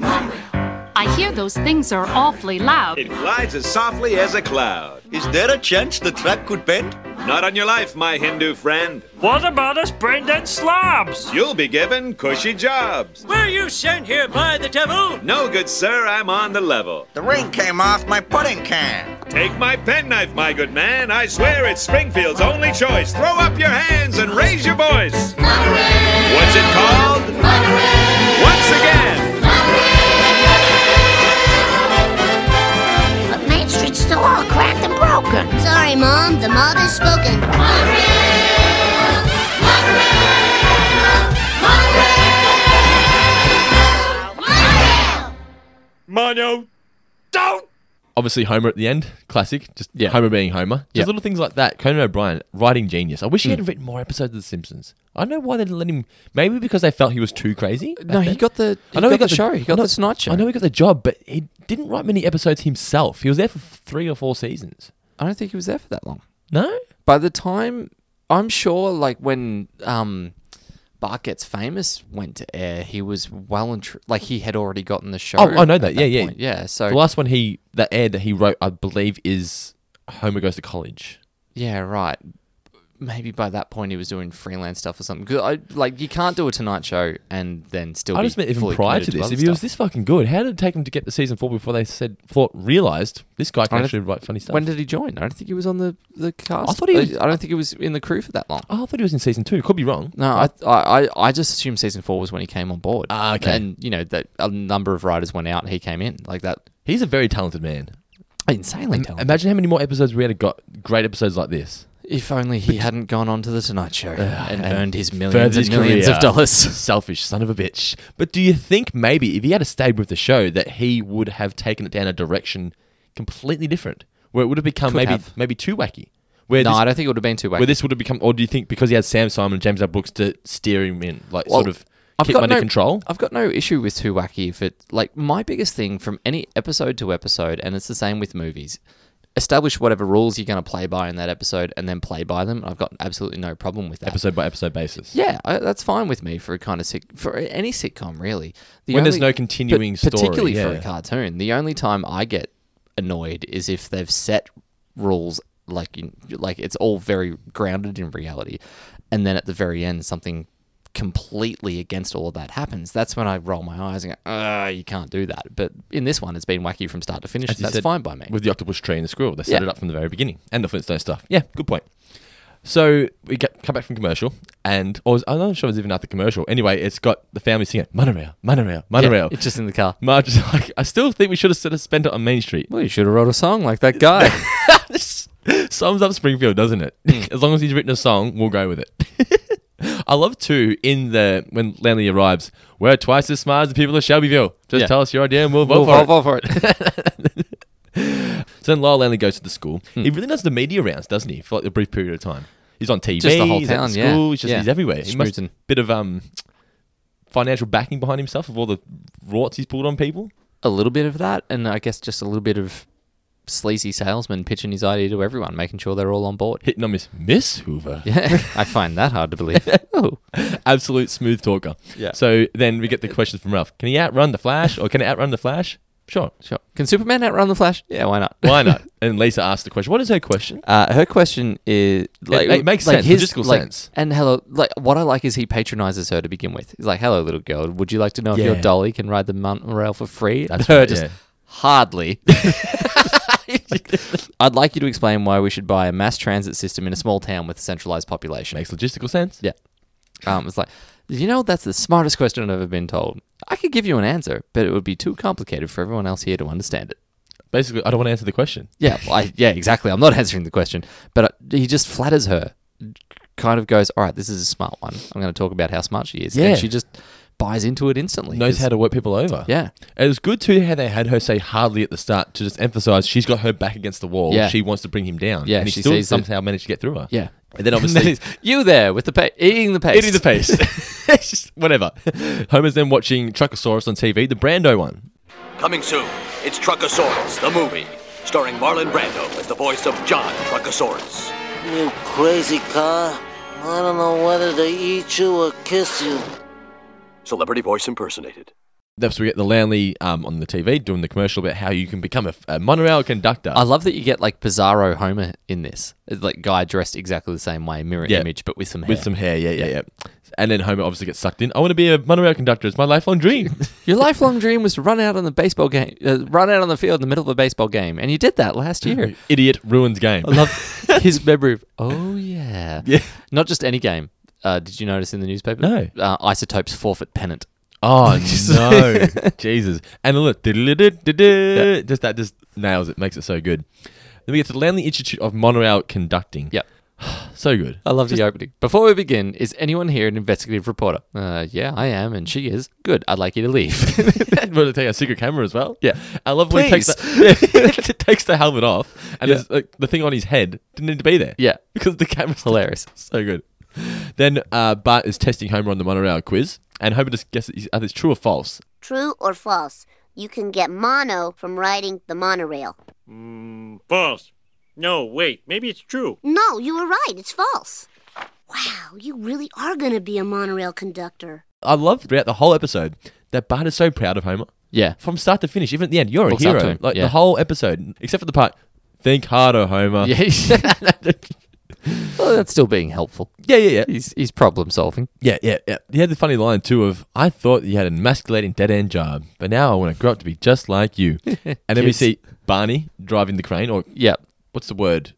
I hear those things are awfully loud.
It glides as softly as a cloud.
Is there a chance the track could bend?
Not on your life, my Hindu friend.
What about us brain dead slobs?
You'll be given cushy jobs.
Were you sent here by the devil?
No, good sir, I'm on the level.
The ring came off my pudding can.
Take my penknife, my good man. I swear it's Springfield's only choice. Throw up your hands and raise your voice. What's it called? Once again,
But Main Street's still all cracked and broken. Sorry, Mom. The mob has spoken.
Mono, don't!
Obviously Homer at the end, classic. Just
Yeah.
Homer being Homer. Just
Yeah. Hmm.
little things like that. Conan O'Brien, writing genius. I wish he had written more episodes of The Simpsons. I don't know why they didn't let him. Maybe because they felt he was too crazy. back
No, he
then.
got the. He
I know
got
he got
the show. He got
I know-
the Tonight Show.
I know he got the job, but he didn't write many episodes himself. He was there for three or four seasons.
I don't think he was there for that long.
No,
By the time I'm sure, like when um, Bart gets famous went to air, he was well and tr- like he had already gotten the show.
Oh, I know
at
that. Yeah, yeah.
point. yeah. So
the last one he that aired that he wrote, I believe, is Homer Goes to College.
yeah, right. Maybe by that point he was doing freelance stuff or something. 'Cause I, like you can't do a Tonight Show and then still.
I
be
just meant even
fully
prior to
committed
this.
other
If he was
stuff.
this fucking good, how did it take him to get the season four before they said thought realized this guy
I
can
don't-
actually write funny stuff?
When did he join? I don't think he was on the the cast.
thought he was-
I don't think he was in the crew for that long.
oh, I thought he was in season two. Could be wrong.
No, I, I I- I just assumed season four was when he came on board.
Ah, okay.
And you know that a number of writers went out, and he came in like that.
He's a very talented man.
Insanely talented.
Imagine how many more episodes we had got great episodes like this.
if only he hadn't gone on to the Tonight Show and earned his
Furthered
millions
his
and millions
career.
of dollars.
Selfish son of a bitch. But do you think maybe if he had stayed with the show that he would have taken it down a direction completely different, where it would have become
Could
maybe
have.
maybe too wacky? Where
No,
this,
I don't think it would have been too wacky.
where this would have become, or do you think because he had Sam Simon and James L. Brooks to steer him in, like
Well,
sort of keep him under control?
I've got no issue with too wacky if it like my biggest thing from any episode to episode, and it's the same with movies. Establish whatever rules you're going to play by in that episode, and then play by them. I've got absolutely no problem with that.
episode by episode basis.
Yeah, I, that's fine with me for a kind of sick for any sitcom really. The
When there's no continuing
pa-
story,
particularly for
yeah.
a cartoon. The only time I get annoyed is if they've set rules like in, like it's all very grounded in reality, and then at the very end something completely against all of that happens. That's when I roll my eyes and go, "Ah, you can't do that." But in this one, it's been wacky from start to finish.
As
And
you
that's
said,
fine by me.
With the octopus tree and the squirrel, they set it
Yeah.
up from the very beginning, and the Flintstone stuff. Yeah, good point. So we get, come back from commercial, and or was, I'm not sure it was even after commercial. Anyway, it's got the family singing monorail, monorail,
Yeah,
monorail.
it's just in the car.
Marge is like, I still think we should have sort of spent it on Main Street.
Well, you should have wrote a song like that guy.
This sums up Springfield, doesn't it?
Hmm.
as long as he's written a song, we'll go with it. I love too in the when Lanley arrives, we're twice as smart as the people of Shelbyville. Just
Yeah.
tell us your idea and we'll vote
We'll
for it.
vote for it.
So then Lyle Lanley goes to the school.
Hmm.
He really does the media rounds, doesn't he? For like a brief period of time. He's on TV,
Just the whole
he's at
town, yeah.
school, he's just
Yeah.
he's everywhere. He must
Schmoozing.
bit of um financial backing behind himself of all the rorts he's pulled on people.
a little bit of that, and I guess just a little bit of sleazy salesman pitching his idea to everyone, making sure they're all on board.
Hitting on Miss Miss Hoover.
Yeah, I find that hard to believe. Oh,
Absolute smooth talker.
Yeah.
So then we get the question from Ralph. Can he outrun the Flash or can it outrun the Flash? Sure.
sure. Can Superman outrun the Flash? Yeah, why not?
Why not? And Lisa asks the question. What is her question?
Uh, her question is like
it makes
like
sense, logistical
like-
sense.
And hello, like what I like is he patronizes her to begin with. He's like, "Hello, little girl, would you like to know if
Yeah.
your dolly can ride the monorail for free?" And
That's
her
right,
just
yeah.
hardly. I'd like you to explain why we should buy a mass transit system in a small town with a centralized population.
Makes logistical sense.
Yeah. Um, it's like, you know, that's the smartest question I've ever been told. I could give you an answer, but it would be too complicated for everyone else here to understand it.
Basically, I don't want to answer the question.
Yeah, well, I, yeah, exactly. I'm not answering the question, but I, he just flatters her. Kind of goes, all right, this is a smart one. I'm going to talk about how smart she is.
Yeah.
And she just buys into it instantly.
Knows
'cause-
how to work people over.
Yeah.
It was good too how they had her say hardly at the start to just emphasize she's got her back against the wall.
Yeah.
She wants to bring him down.
Yeah,
And he
she
still
sees it.
somehow managed to get through her.
Yeah.
And then obviously
he's, you there with the pa- eating the paste.
eating the paste. It's just- Whatever. Homer's then watching Truckosaurus on TV, the Brando one.
Coming soon, it's Truckosaurus, the movie, starring Marlon Brando as the voice of John Truckosaurus.
You crazy car. I don't know whether to eat you or kiss you.
Celebrity voice impersonated.
That's where we get the Lanley um, on the TV doing the commercial about how you can become a, a monorail conductor.
I love that you get like Bizarro Homer in this. It's like guy dressed exactly the same way, mirror
Yeah.
image, but with some hair.
with some hair, yeah, yeah, yeah. And then Homer obviously gets sucked in. I want to be a monorail conductor. It's my lifelong dream.
Your lifelong dream was to run out on the baseball game, uh, run out on the field in the middle of a baseball game, and you did that last year.
Idiot ruins game.
I love his memory of oh yeah,
Yeah.
Not just any game. Uh, did you notice in the newspaper?
No.
Uh, Isotopes forfeit pennant.
Oh no, Jesus! And look, diddle-diddle-diddle. just that just nails it, makes it so good. Then we get to the Lanley Institute of Monorail Conducting.
Yep.
so good.
I love the opening. Before we begin, is anyone here an investigative reporter? Uh, yeah, I am, and she is. Good. I'd like you to leave.
We're to take our secret camera as well.
Yeah.
I love when he takes the, takes the helmet off and there's, like, the thing on his head didn't need to be there.
Yeah.
because the camera's
Hilarious.
so good. Then uh, Bart is testing Homer on the monorail quiz, and Homer just guesses either it's true or false.
True or false? You can get mono from riding the monorail.
False. No, wait, maybe it's true.
No, you were right. It's false. Wow, you really are going to be a monorail conductor.
I love throughout the whole episode that Bart is so proud of Homer.
yeah.
from start to finish, even at the end, you're a
Looks up to
hero.
him,
Like
yeah.
the whole episode, except for the part, think harder, Homer.
Yeah. well, that's still being helpful.
yeah, yeah, yeah.
He's he's problem solving.
Yeah, yeah, yeah. He had the funny line too of, I thought you had an emasculating dead end job, but now I want to grow up to be just like you. and then we
Kids.
see Barney driving the crane, or
Yeah.
what's the word?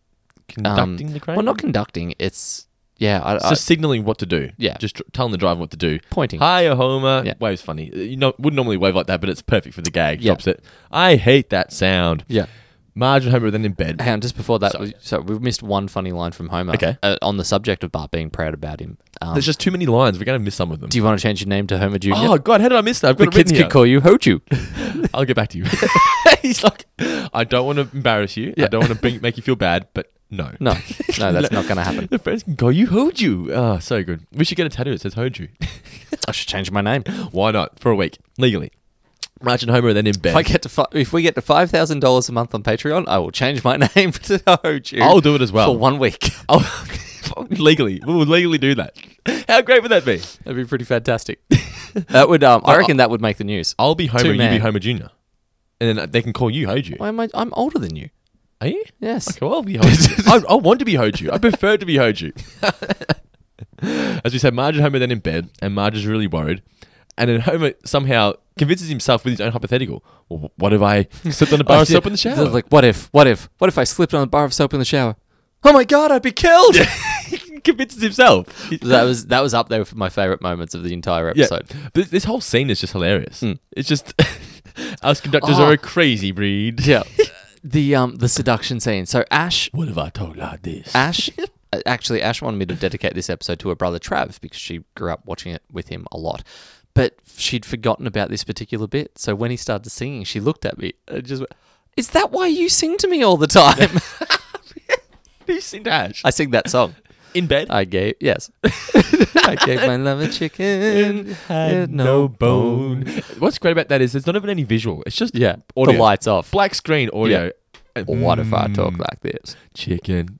Um,
Conducting the crane?
Well, not conducting. It's yeah. I,
It's
I,
just signaling what to do.
Yeah.
Just tr- telling the driver what to do.
Pointing.
Hi, Homer.
Yeah.
Wave's funny. Uh, You know, wouldn't normally wave like that, but it's perfect for the gag.
Yeah.
Drops it. I hate that sound.
yeah.
Marge and Homer are then in bed.
Hang on, just before that,
Sorry.
we- so we've missed one funny line from Homer.
Okay.
Uh, on the subject of Bart being proud about him. Um,
There's just too many lines. We're going to miss some of them.
do you want to change your name to Homer Jr.?
Oh God, how did I miss that? I've
the
got it
kids
written
could call you Hoju.
here. I'll get back to you. He's like, I don't want to embarrass you. I don't want to bring, make you feel bad, but no,
No, no, that's not going to happen.
The friends can call you Hoju. Ah, so good. We should get a tattoo that says Hoju.
I should change my name. If
Why not? For a week, legally. Marge and Homer are then in bed.
I get to fi- if we get to five thousand dollars a month on Patreon, I will change my name to Hoju.
I'll do it as well.
for one week.
Oh, legally, we will legally do that. How great would that be?
That'd be pretty fantastic. that would, um, I reckon, that would make the news.
I'll be Homer, you be
man.
Homer Junior, and then they can call you Hoju.
Why am I? I'm older than you.
Are you?
Yes.
Okay, well, I'll be Hoju. I, I want to be Hoju. I prefer to be Hoju. As we said, Marge and Homer then in bed, and Marge is really worried. And then Homer somehow convinces himself with his own hypothetical. Well, what if I slipped on a
Oh,
bar of soap in the shower?
Like, what if? What if? What if I slipped on a bar of soap in the shower? Oh my god, I'd be killed.
convinces himself.
that was that was up there for my favorite moments of the entire
Yeah,
episode. Hmm.
but this whole scene is just hilarious. It's just us conductors
Oh.
are a crazy breed.
Yeah. the um the seduction scene. So Ash
What have I told like this?
Ash uh, actually Ash wanted me to dedicate this episode to her brother Trav because she grew up watching it with him a lot. But she'd forgotten about this particular bit. So when he started singing, she looked at me and just went, Is that why you sing to me all the time?
you seen Ash
I sing that song.
in bed?
I gave yes. I gave my love a chicken. Had no bone.
What's great about that is there's not even any visual. It's just
Yeah.
audio.
The lights off.
black screen audio. And
What if I talk like this?
chicken.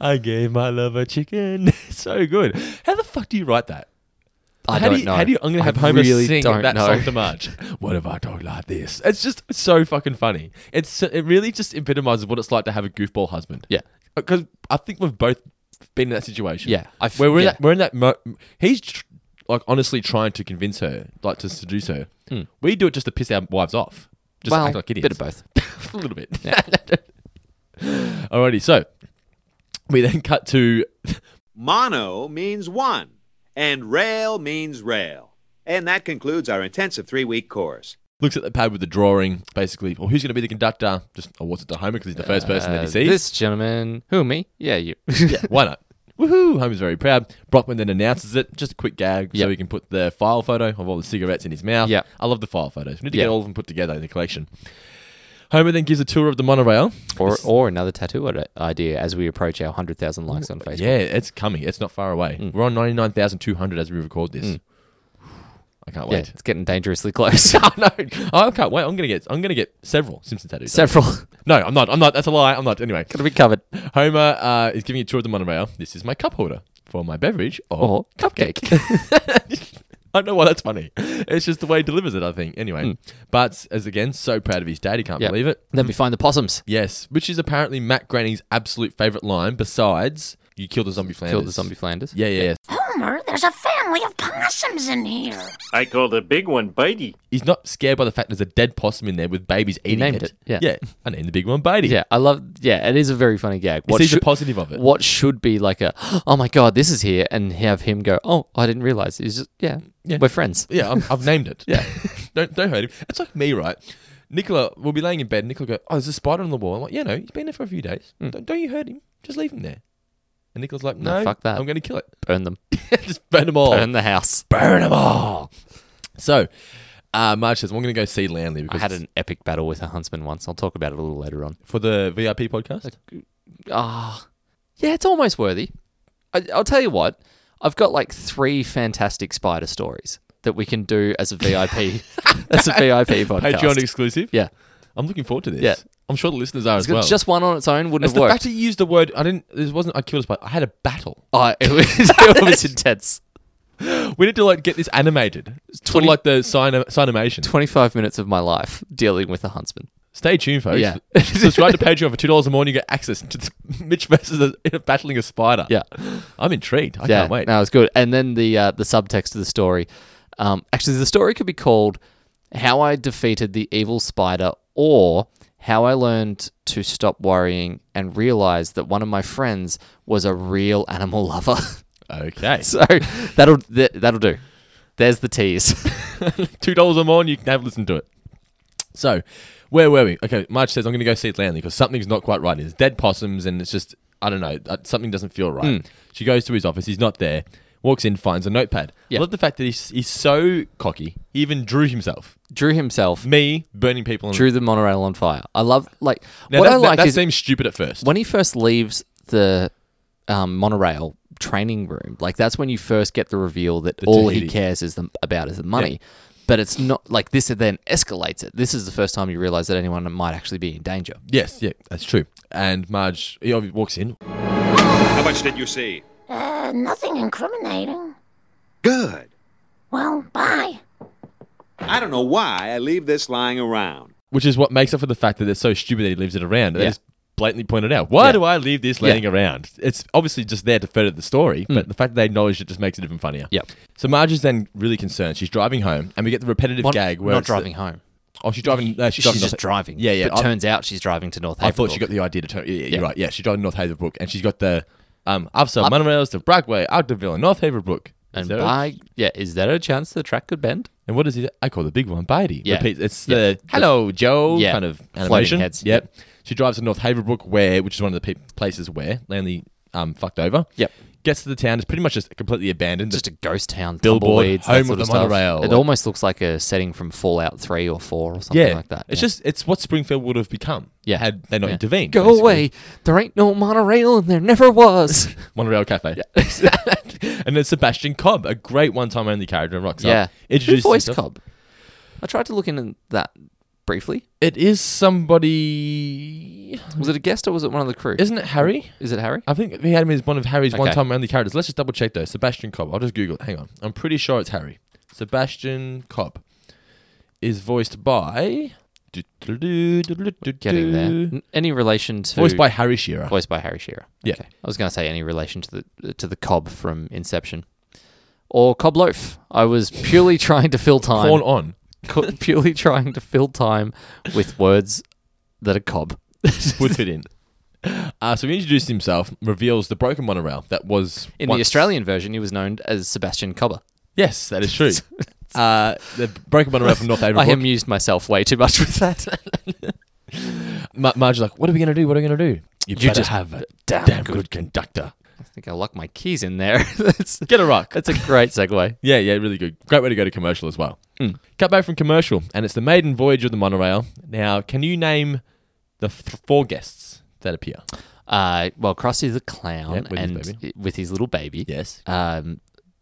I gave my love a chicken. so good. How the fuck do you write that?
I
how
don't
do you,
know.
How do you, I'm going to
I
have Homer
really
sing
don't
that
know.
song to Marge. What if I talk like this? It's just so fucking funny. It's so- It really just epitomizes what it's like to have a goofball husband.
Yeah.
Because Uh, I think we've both been in that situation.
Yeah, I f-
Where we're,
yeah.
In that, we're in that. Mo- he's tr- like honestly trying to convince her, like to seduce her. We do it just to piss our wives off. Just
Hmm. well,
act like idiots.
bit of both.
a little bit. Alrighty, so we then cut to
Mono means one, and rail means rail. And that concludes our intensive three week course.
looks at the pad with the drawing, basically. Well, who's going to be the conductor? Just awards it to Homer because he's the first person that
Uh,
he sees.
This gentleman, who me? Yeah, you.
Why not? Woohoo! Homer's very proud. Brockman then announces it, just a quick gag, so
Yep.
he can put the file photo of all the cigarettes in his mouth.
Yep.
I love the file photos. We need to
Yep.
get all of them put together in the collection. Homer then gives a tour of the monorail.
or or another tattoo ide- idea as we approach our hundred thousand likes on Facebook.
Yeah, it's coming. It's not far away.
Mm.
We're on 99,200 as we record this. I can't
Yeah,
wait.
it's getting dangerously close.
Oh, no, I can't wait. I'm gonna get. I'm gonna get several Simpson tattoos.
Several
no, I'm not. I'm not. That's a lie. I'm not. Anyway,
to be covered.
Homer uh, is giving a tour of the monorail. This is my cup holder for my beverage or,
Or cupcake.
I don't know why that's funny. It's just the way he delivers it. I think. Anyway,
Hmm.
but as again, so proud of his dad, he can't
Yep.
believe it.
then we find the possums.
Yes, which is apparently Matt Groening's absolute favorite line. Besides, you killed the zombie Flanders.
Kill the zombie Flanders.
Yeah, yeah, yeah.
Homer, there's a family of possums in here.
I call the big one Bitey.
He's not scared by the fact there's a dead possum in there with babies eating
named it, yeah.
yeah. I named the big one Beatty.
Yeah, I love. Yeah, it is a very funny gag.
He
What
sees the
should-
positive of it.
What should be like a, oh my god, this is here, and have him go, oh, I didn't realize. He's just, yeah,
Yeah.
we're friends.
Yeah, I've, I've named it.
Yeah.
don't don't hurt him. It's like me, right? Nicola will be laying in bed. and Nicola go, oh, there's a spider on the wall. I'm like, yeah, no, he's been there for a few days.
Hmm.
Don't, don't you hurt him. Just leave him there. And Nicola's like, no,
No, fuck that.
I'm going to kill it.
Burn them.
Just burn them all.
Burn the house.
Burn them all. So, uh, Marge says, well, I'm going to go see Lanley
I
because
had an epic battle with a huntsman once. I'll talk about it a little later on.
for the VIP podcast.
Ah, yeah, it's almost worthy. I, I'll tell you what, I've got like three fantastic spider stories that we can do as a VIP, as a VIP podcast.
Patreon exclusive.
yeah,
I'm looooking forward to this.
Yeah.
I'm sure the listeners are as well.
just one on its own wouldn't
it's
have
the fact
worked.
that you used the word, I didn't, this wasn't, I killed a spider. I had a battle.
Oh, it was, it was intense.
We need to like get this animated. It's sort
20
of like the sign, animation.
Twenty-five minutes of my life dealing with a huntsman.
Stay tuned, folks.
Yeah.
Subscribe to Patreon for two dollars a month. You get access to this Mitch versus a, battling a spider.
Yeah.
I'm intrigued. I
yeah,
can't wait.
no, it was good. And then the uh, the subtext of the story. Um, actually, the story could be called "How I Defeated the Evil Spider" or "How I Learned to Stop Worrying and Realized that One of My Friends Was a Real Animal Lover."
Okay,
so that'll th- that'll do. There's the tease.
two dollars a month. You can have a listen to it. So, where were we? Okay, Marge says I'm going to go see Lanley because something's not quite right. There's dead possums, and it's just I don't know. uh, Something doesn't feel right.
Hmm.
She goes to his office. He's not there. Walks in, finds a notepad.
Yeah.
I love the fact that he's, he's so cocky. He even drew himself.
Drew himself
Me burning people. On
drew the monorail on fire. I love like
Now,
what
that,
I
that-
like
that,
is
seems stupid at first.
when he first leaves the um, monorail training room, like that's when you first get the reveal that all he
Tahiti.
cares is the, about is the money. But it's not like this then escalates it. This is the first time you realize that anyone might actually be in danger.
yes, yeah, that's true. And Marge, he obvi- walks in.
How much did you see?
Uh, nothing incriminating.
Good.
Well, bye.
I don't know why I leave this lying around.
which is what makes up for the fact that they're so stupid that he leaves it around. They
Yeah.
just blatantly pointed out. Why
Yeah. Hmm.
do I leave this laying around? It's obviously just there to further the story, but the fact that they acknowledge it just makes it even funnier.
Yep.
So Marge is then really concerned. She's driving home, and we get the repetitive
What-
gag where
not
it's the-
driving home.
oh, she's driving. No, she's
She's,
driving
just
North-
driving.
Yeah, yeah.
But
I,
turns out she's driving to North.
I thought
Haverbrook.
she got the idea to turn. Yeah, yeah,
Yeah.
You're right. Yeah, she's driving North Haverbrook, and she's got the. Um, after some monorails to Brockway, out to Villa, North Haverbrook. Is
And
that it?
by yeah, is there a chance the track could bend?
And what is it? I call the big one Bitey.
Yeah.
Repeat. It's
Yeah.
the hello Joe
Yeah.
kind of
Floating
animation.
heads.
Yep. She drives to North Haverbrook, where which is one of the pe- places where Lanley um fucked over.
Yep.
Gets to the town. It's pretty much just completely abandoned.
Just a ghost town,
Billboard,
tumbleweeds, that
home
sort
of the
stuff.
monorail.
It almost looks like a setting from Fallout Three or Four or something
yeah,
like that.
It's
yeah.
just it's what Springfield would have become.
Yeah.
Had they not
Yeah.
intervened.
go
basically.
away. There ain't no monorail, and there never was.
Monorail Cafe. and then Sebastian Cobb, a great one-time only character in Rockstar.
yeah, who
Introduces
voiced
himself.
Cobb? I tried to look into that briefly.
It is somebody.
Was it a guest or was it one of the crew?
Isn't Uh, it Harry?
Is it Harry?
I think he had him as one of Harry's
Okay.
one-time only characters. Let's just double check though. Sebastian Cobb. I'll just Google it. Hang on. I'm pretty sure it's Harry. Sebastian Cobb is voiced by.
Getting there. N- Any relation to
Voiced by Harry Shearer.
voiced by Harry Shearer?
Yeah.
Okay. I was going to say any relation to the to the Cobb from Inception or Cobb Loaf. I was purely trying to fill time.
Corn on.
co- purely trying to fill time with words that are cob.
would fit in. Uh, so he introduces himself, reveals the broken monorail that was
In
once-
the Australian version, he was known as Sebastian Cobber.
Yes, that is true. uh, the broken monorail from North
I
Haverbrook.
amused myself way too much with that.
Ma- Marge's like, "What are we gonna do? What are we gonna do? You, better
just
have a
damn
good, conductor.
I think I locked my keys in there. that's,
Get a rock."
that's a great segue.
yeah, yeah, really good. Great way to go to commercial as well.
Hmm.
Cut back from commercial, and it's the maiden voyage of the monorail. Now, can you name the th- four guests that appear?
Uh, well, Krusty the Clown
Yeah, with his
and
baby.
with his little baby.
Yes,
Um,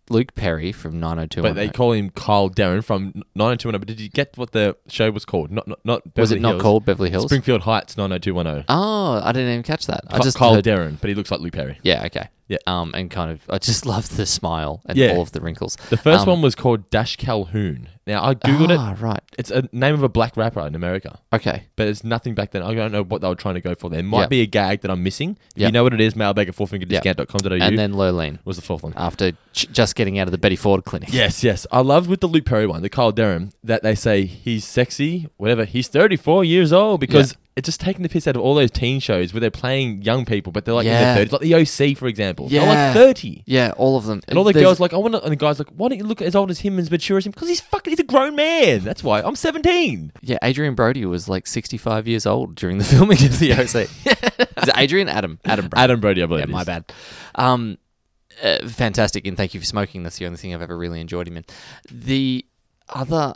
Luke Perry from 902.
but they call him Kyle Darren from 90210. But did you get what the show was called? Not, not, not.
Was
Beverly
it not
Hills.
called Beverly Hills?
Springfield Heights 90210?
Oh, I didn't even catch that. I
Ca-
just
Kyle
heard,
Darren, but he looks like Luke Perry.
Yeah, okay.
Yeah.
Um, and kind of, I just love the smile and
Yeah.
all of the wrinkles.
The first
Um,
one was called Dash Calhoun. Now I googled
ah,
it.
right.
It's a name of a black rapper in America,
Okay.
but it's nothing back then. I don't know what they were trying to go for. There might
Yep.
be a gag that I'm missing. If
Yep.
you know what it is, mailbag at fourfingerdiscount.com.au.
And then Ah. Lurleen
was the fourth one.
after j- just getting out of the Betty Ford clinic.
Yes, yes. I love with the Luke Perry one, the Kyle Durham, that they say he's sexy, whatever. He's 34 years old because it's just taking the piss out of all those teen shows where they're playing young people, but they're like
Yeah.
in their 30s. Like the OC, for example. They're
Yeah.
like 30.
Yeah, all of them.
And all the
There's-
girls like, I want to, and the guys like, why don't you look as old as him, as mature as him? Because he's fucking, he's a grown man. That's why I'm 17.
Yeah, Adrian Brody was like 65 years old during the filming of the OC. Is it Adrian? Adam. Adam Brody.
Adam Brody, I believe.
Yeah,
it
my
is.
bad. Um, uh, fantastic, and thank you for smoking. That's the only thing I've ever really enjoyed him in. The other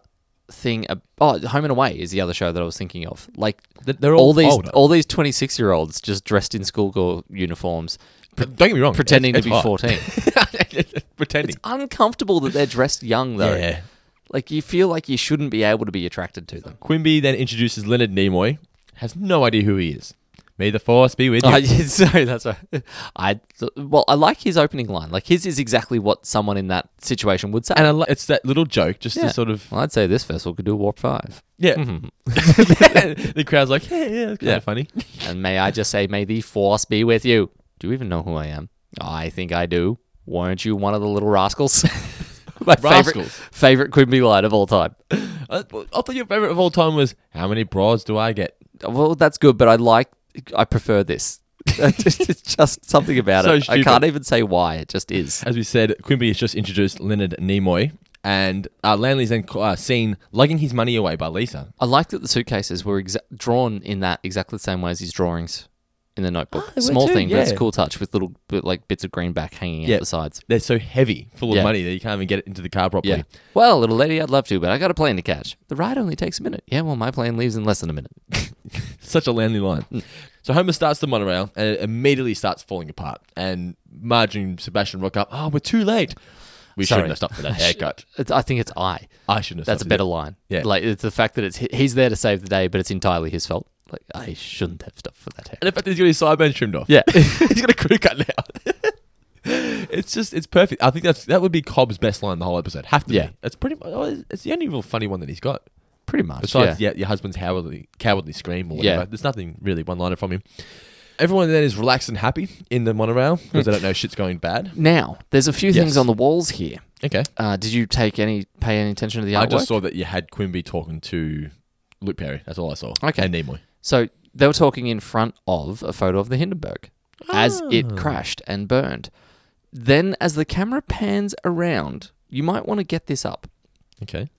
thing, ab- oh, Home and Away is the other show that I was thinking of. Like
Th- They're all,
all these,
older.
all these 26 year olds just dressed in schoolgirl uniforms,
Pre- don't get me wrong,
pretending
it's-
to be
it's hot.
14.
pretending.
it's uncomfortable that they're dressed young though.
yeah.
Like you feel like you shouldn't be able to be attracted to them.
Quimby then introduces Leonard Nimoy. Has no idea who he is. May the force be with you.
Oh, yeah, sorry, that's right. I th- well, I like his opening line. Like his is exactly what someone in that situation would say.
and I li- it's that little joke, just
Yeah.
to sort of
Well, I'd say this festival could do a warp five.
yeah. the crowd's like, yeah, yeah, kind
Yeah.
of funny.
And may I just say, may the force be with you. Do you even know who I am? I think I do. Weren't you one of the little rascals? My favorite,
Rascals.
favorite Quimby line of all time.
I, Uh, I thought your favorite of all time was how many broads do I get?
Well, that's good, but I like, I prefer this. it's just something about
So
it. I
stupid.
can't even say why. It just is.
As we said, Quimby has just introduced Leonard Nimoy, and uh, Lanley's then uh, seen lugging his money away by Lisa.
I like that the suitcases were exa- drawn in that exactly the same way as his drawings in the notebook.
Ah, they were
Small
too,
thing, but it's a
yeah.
cool touch with little bit, like bits of greenback hanging
Yeah.
out the sides.
They're so heavy, full of
Yeah.
money that you can't even get it into the car properly.
Yeah. Well, little lady, I'd love to, but I got a plane to catch. The ride only takes a minute. Yeah, well, my plane leaves in less than a minute.
Such a landly line.
Hmm.
So Homer starts the monorail, and it immediately starts falling apart. And Marge and Sebastian rock up. Oh, we're too late. We
Sorry.
shouldn't have stopped for
I
that
sh-
haircut.
It's, I think it's I.
I shouldn't have.
That's a
stopped
better
for that.
line.
Yeah.
Like it's the fact that it's he- he's there to save the day, but it's entirely his fault. Like I shouldn't have stopped for that. haircut.
And in fact, he's got his sideburns trimmed off.
Yeah.
he's got a crew cut now. it's just, it's perfect. I think that's that would be Cobb's best line in the whole episode. Have to
Yeah.
be. It's pretty. mu- oh, It's the only real funny one that he's got.
Pretty much.
Besides,
yeah.
yeah. your husband's cowardly, cowardly scream or whatever.
Yeah.
There's nothing really one liner from him. Everyone then is relaxed and happy in the monorail because they don't know shit's going bad.
Now, there's a few things
Yes.
on the walls here.
Okay.
Uh, did you take any pay any attention to the artwork?
I just saw that you had Quimby talking to Luke Perry. That's all I saw.
Okay.
And Nimoy.
So they were talking in front of a photo of the Hindenburg. as
Ah.
it crashed and burned. Then, as the camera pans around, you might want to get this up.
Okay.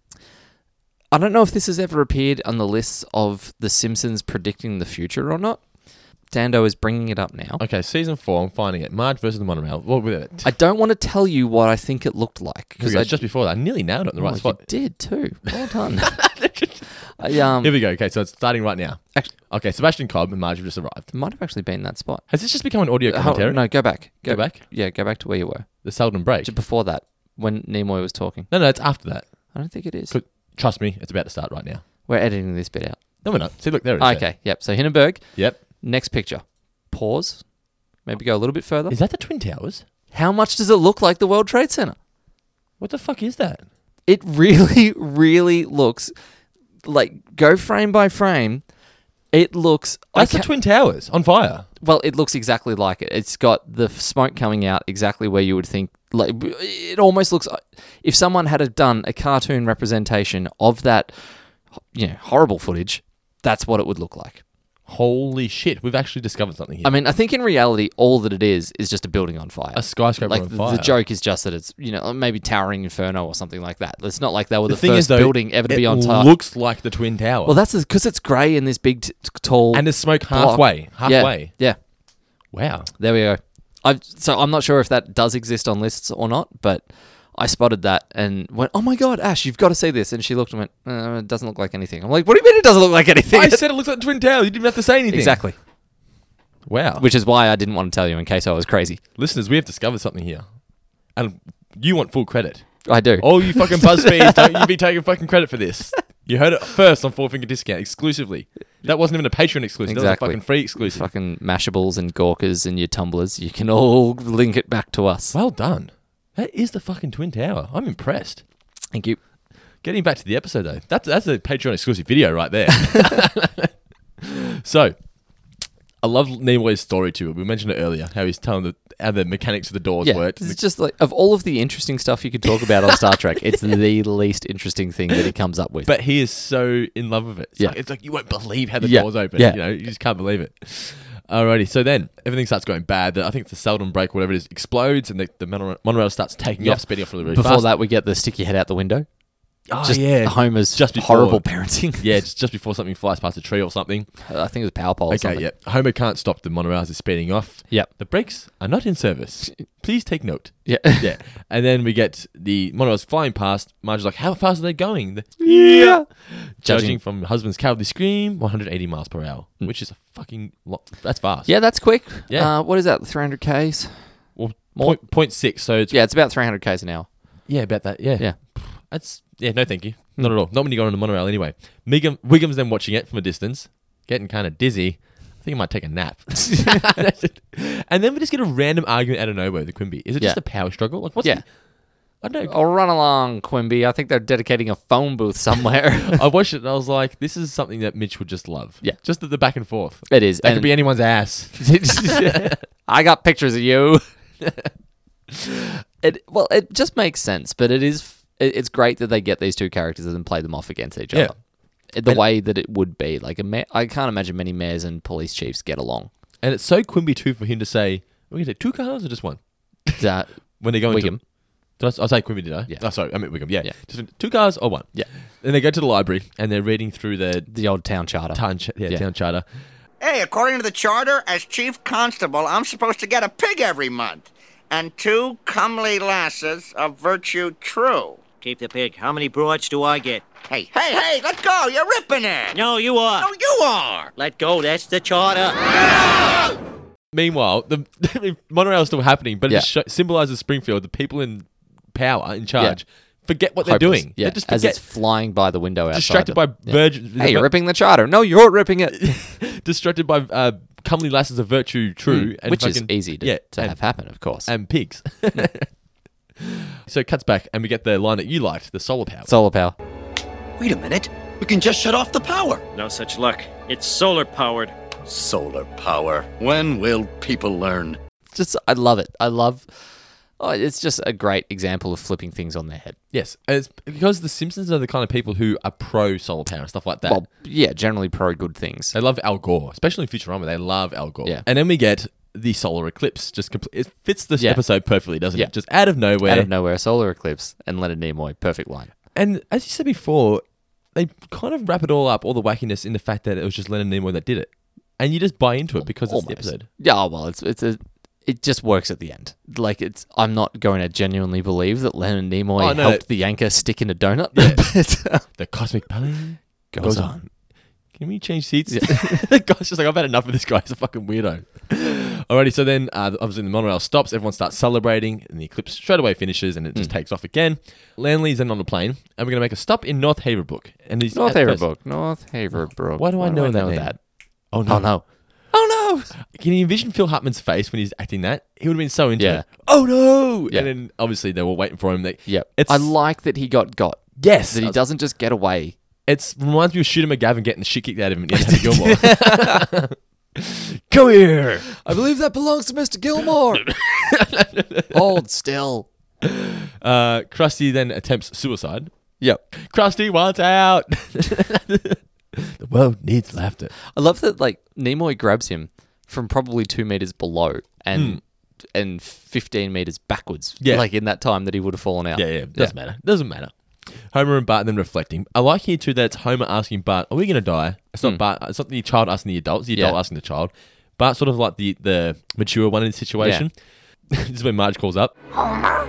I don't know if this has ever appeared on the lists of The Simpsons predicting the future or not. Dando is bringing it up now.
Okay, season four, I'm finding it. Marge versus the monorail. What was it?
I don't want to tell you what I think it looked like
Because
because I
just before that, I nearly nailed it in the right
Oh,
spot.
You did too. Well done. I um
Here
it
we go. Okay, so it's starting right now.
Actually-
Okay, Sebastian Cobb and Marge have just arrived.
might have actually been that spot.
Has this just become an audio
Uh, Hold-
commentary?
no, go back.
Go back?
Yeah, go back to where you were
The seldom break.
Just before that when Nimoy was talking.
No, no, it's after that.
I don't think it is.
Could- Trust me, it's about to start right now.
We're editing this bit out.
No, we're not. See, look, there it is.
Okay. Yep. So Hindenburg.
Yep.
Next picture. Pause. Maybe go a little bit further.
Is that the Twin Towers?
How much does it look like the World Trade Center?
What the fuck is that?
It really, really looks like go frame by frame. It looks. I
That's the
ca-
Twin Towers on fire.
Well, it looks exactly like it. It's got the f- smoke coming out exactly where you would think. Like it almost looks. uh, If someone had have done a cartoon representation of that, you know, horrible footage, that's what it would look like.
Holy shit, we've actually discovered something here.
I mean, I think in reality, all that it is is just a building on fire.
a skyscraper
like
on
the-
fire.
the joke is just that it's you know maybe towering inferno or something like that. It's not like they were the,
The thing
first
is, though,
building ever to
it
be on fire.
looks like the Twin Tower.
well, that's because it's grey in this big t- tall
and there's smoke
block.
halfway.
Yeah,
Halfway.
yeah.
Wow.
There we go. I so I'm not sure if that does exist on lists or not, but I spotted that and went, "Oh my god, Ash, you've got to see this!" And she looked and went, uh, "It doesn't look like anything." I'm like, "What do you mean it doesn't look like anything?"
I said it looks like the Twin Towers. You didn't have to say anything.
exactly,
Wow.
which is why I didn't want to tell you in case I was crazy.
Listeners, we have discovered something here. And you want full credit.
I do.
All you fucking BuzzFeeds, don't you be taking fucking credit for this. You heard it first on Four Finger Discount exclusively. That wasn't even a Patreon exclusive. That
Exactly.
was a fucking free exclusive.
Fucking mashables and gawkers and your tumblers, you can all link it back to us.
Well done. That is the fucking Twin Tower. I'm impressed.
Thank you.
Getting back to the episode though, that's that's a Patreon exclusive video right there. so, I love Nimoy's story too. We mentioned it earlier how he's telling the how the mechanics of the doors
Yeah,
worked.
it's just like of all of the interesting stuff you could talk about on Star Trek, it's the least interesting thing that he comes up with.
But he is so in love with it. It's
Yeah.
like, it's like you won't believe how the
Yeah.
doors open.
Yeah.
You know, you just can't believe it. Alrighty, so then everything starts going bad. I think the seldom break, whatever it is, explodes, and the, the monorail, monorail starts taking
Yeah.
off, speeding off really, really
Before
fast.
that, we get the stick your head out the window.
oh,
just
yeah,
Homer's
Just
just
before.
horrible parenting.
yeah, just, just before something flies past a tree or something.
I think it was power pole. or
Okay,
something.
yeah. Homer can't stop the monorails; is speeding off.
Yep.
The brakes are not in service. Please take note.
yeah,
Yeah. And then we get the monorails flying past. Marge's like, "How fast are they going?" The-
yeah.
judging,
Judging.
from husband's cowardly scream, 180 miles per hour,
Hmm.
which is a fucking lot. That's fast.
Yeah, that's quick.
Yeah.
Uh, what is that? 300 k's.
Well,
More-
point, point six. So it's yeah.
Yeah, it's about 300 k's an hour.
about that. Yeah.
Yeah. Hmm.
That's yeah. No, thank you. Not at all. Not when you go on the monorail anyway. Megan Wiggum's then watching it from a distance, getting kind of dizzy. I think I might take a nap. and then we just get a random argument out of nowhere. with The Quimby. Is it
Yeah.
just a power struggle? Like what's
Yeah.
the- I don't know.
Oh, run along, Quimby. I think they're dedicating a phone booth somewhere.
I watched it and I was like, this is something that Mitch would just love.
Yeah.
Just the, the back and forth.
it is.
That
and-
could be anyone's ass.
I got pictures of you. it well, it just makes sense, but it is it, it's great that they get these two characters and play them off against each
Yeah.
other. The way that it would be like a ma- I can't imagine many mayors and police chiefs get along.
And it's so Quimby too for him to say, we're going to take two cars or just one?
That
When they go into...
Wiggum.
Did I, s- I say Quimby, did I?
Yeah.
Oh, sorry, I meant Wiggum. Yeah.
Yeah.
Just two cars or one.
Yeah.
Then they go to the library and they're reading through their
the old town charter.
town, ch- yeah,
Yeah.
town charter.
Hey, according to the charter, as chief constable, I'm supposed to get a pig every month and two comely lasses of virtue true.
Keep the pig. How many broads do I get?
Hey, hey, hey, let go! You're ripping it!
No, you are.
No, you are!
Let go. That's the charter.
Meanwhile, the, the monorail is still happening, but
Yeah.
it sho symbolizes Springfield, the people in power, in charge, forget what they're
Hopeless.
doing.
Yeah,
They just
as it's
forget.
flying by the window outside.
Distracted by
them.
virgin.
Hey, you're ripping the charter. No, you're ripping it.
distracted by uh, comely lasses of virtue true, and
Mm, Which is
fucking-
easy to,
yeah,
to
and,
have happen, of course.
and pigs. so it cuts back, and we get the line that you liked, the solar power.
Solar power.
Wait a minute. We can just shut off the power.
No such luck. It's solar powered.
Solar power. When will people learn?
Just I love it. I love Oh, it's just a great example of flipping things on their head.
yes, and it's because the Simpsons are the kind of people who are pro solar power and stuff like that.
Well, yeah, generally pro good things.
they love Al Gore, especially in Futurama. They love Al Gore.
Yeah.
And then we get the solar eclipse just compl- it fits this
Yeah.
episode perfectly, doesn't
Yeah.
it? Just out of nowhere.
Out of nowhere, solar eclipse and Leonard Nimoy. Perfect line.
And as you said before, they kind of wrap it all up, all the wackiness, in the fact that it was just Leonard Nimoy that did it, and you just buy into it because it's the episode.
Yeah, oh, well, it's it's a it just works at the end. Like it's I'm not going to genuinely believe that Leonard Nimoy
Oh, no.
helped the anchor stick in a donut. but, uh,
The cosmic plane
Goes
goes,
on.
on. Can we change seats? the guy's just like, I've had enough of this guy. He's a fucking weirdo. Alrighty, so then uh, obviously the monorail stops. Everyone starts celebrating, and the eclipse straight away finishes, and it
Hmm.
just takes off again. Lanley's then on the plane, and we're gonna make a stop in North Haverbrook. And he's
North
at first-
Haverbrook. North Haverbrook.
Why do I know that name? Oh no.
Oh no.
Oh no! Can you envision Phil Hartman's face when he's acting that? He would have been so into
Yeah.
it. Oh no!
Yeah.
And then obviously they were waiting for him. They,
Yeah.
It's,
I like that he got got.
yes.
That he doesn't just get away.
It reminds me of Shooter McGavin getting the shit kicked out of him in Anthony Gilmore. Come here.
I believe that belongs to Mr. Gilmore. Hold still.
Uh, Krusty then attempts suicide.
Yep.
Krusty wants out. the world needs laughter.
I love that like Nimoy grabs him from probably two meters below and and fifteen meters backwards.
Hmm. Yeah.
Like in that time that he would have fallen out.
Yeah, yeah. Doesn't matter. Doesn't matter. Homer and Bart then reflecting. I like here too that it's Homer asking Bart, "Are we going to die?" It's not Bart. It's not the child asking the adult. It's the adult
Yeah.
asking the child. Bart's sort of like the the mature one in the situation. this is when Marge calls up.
Homer?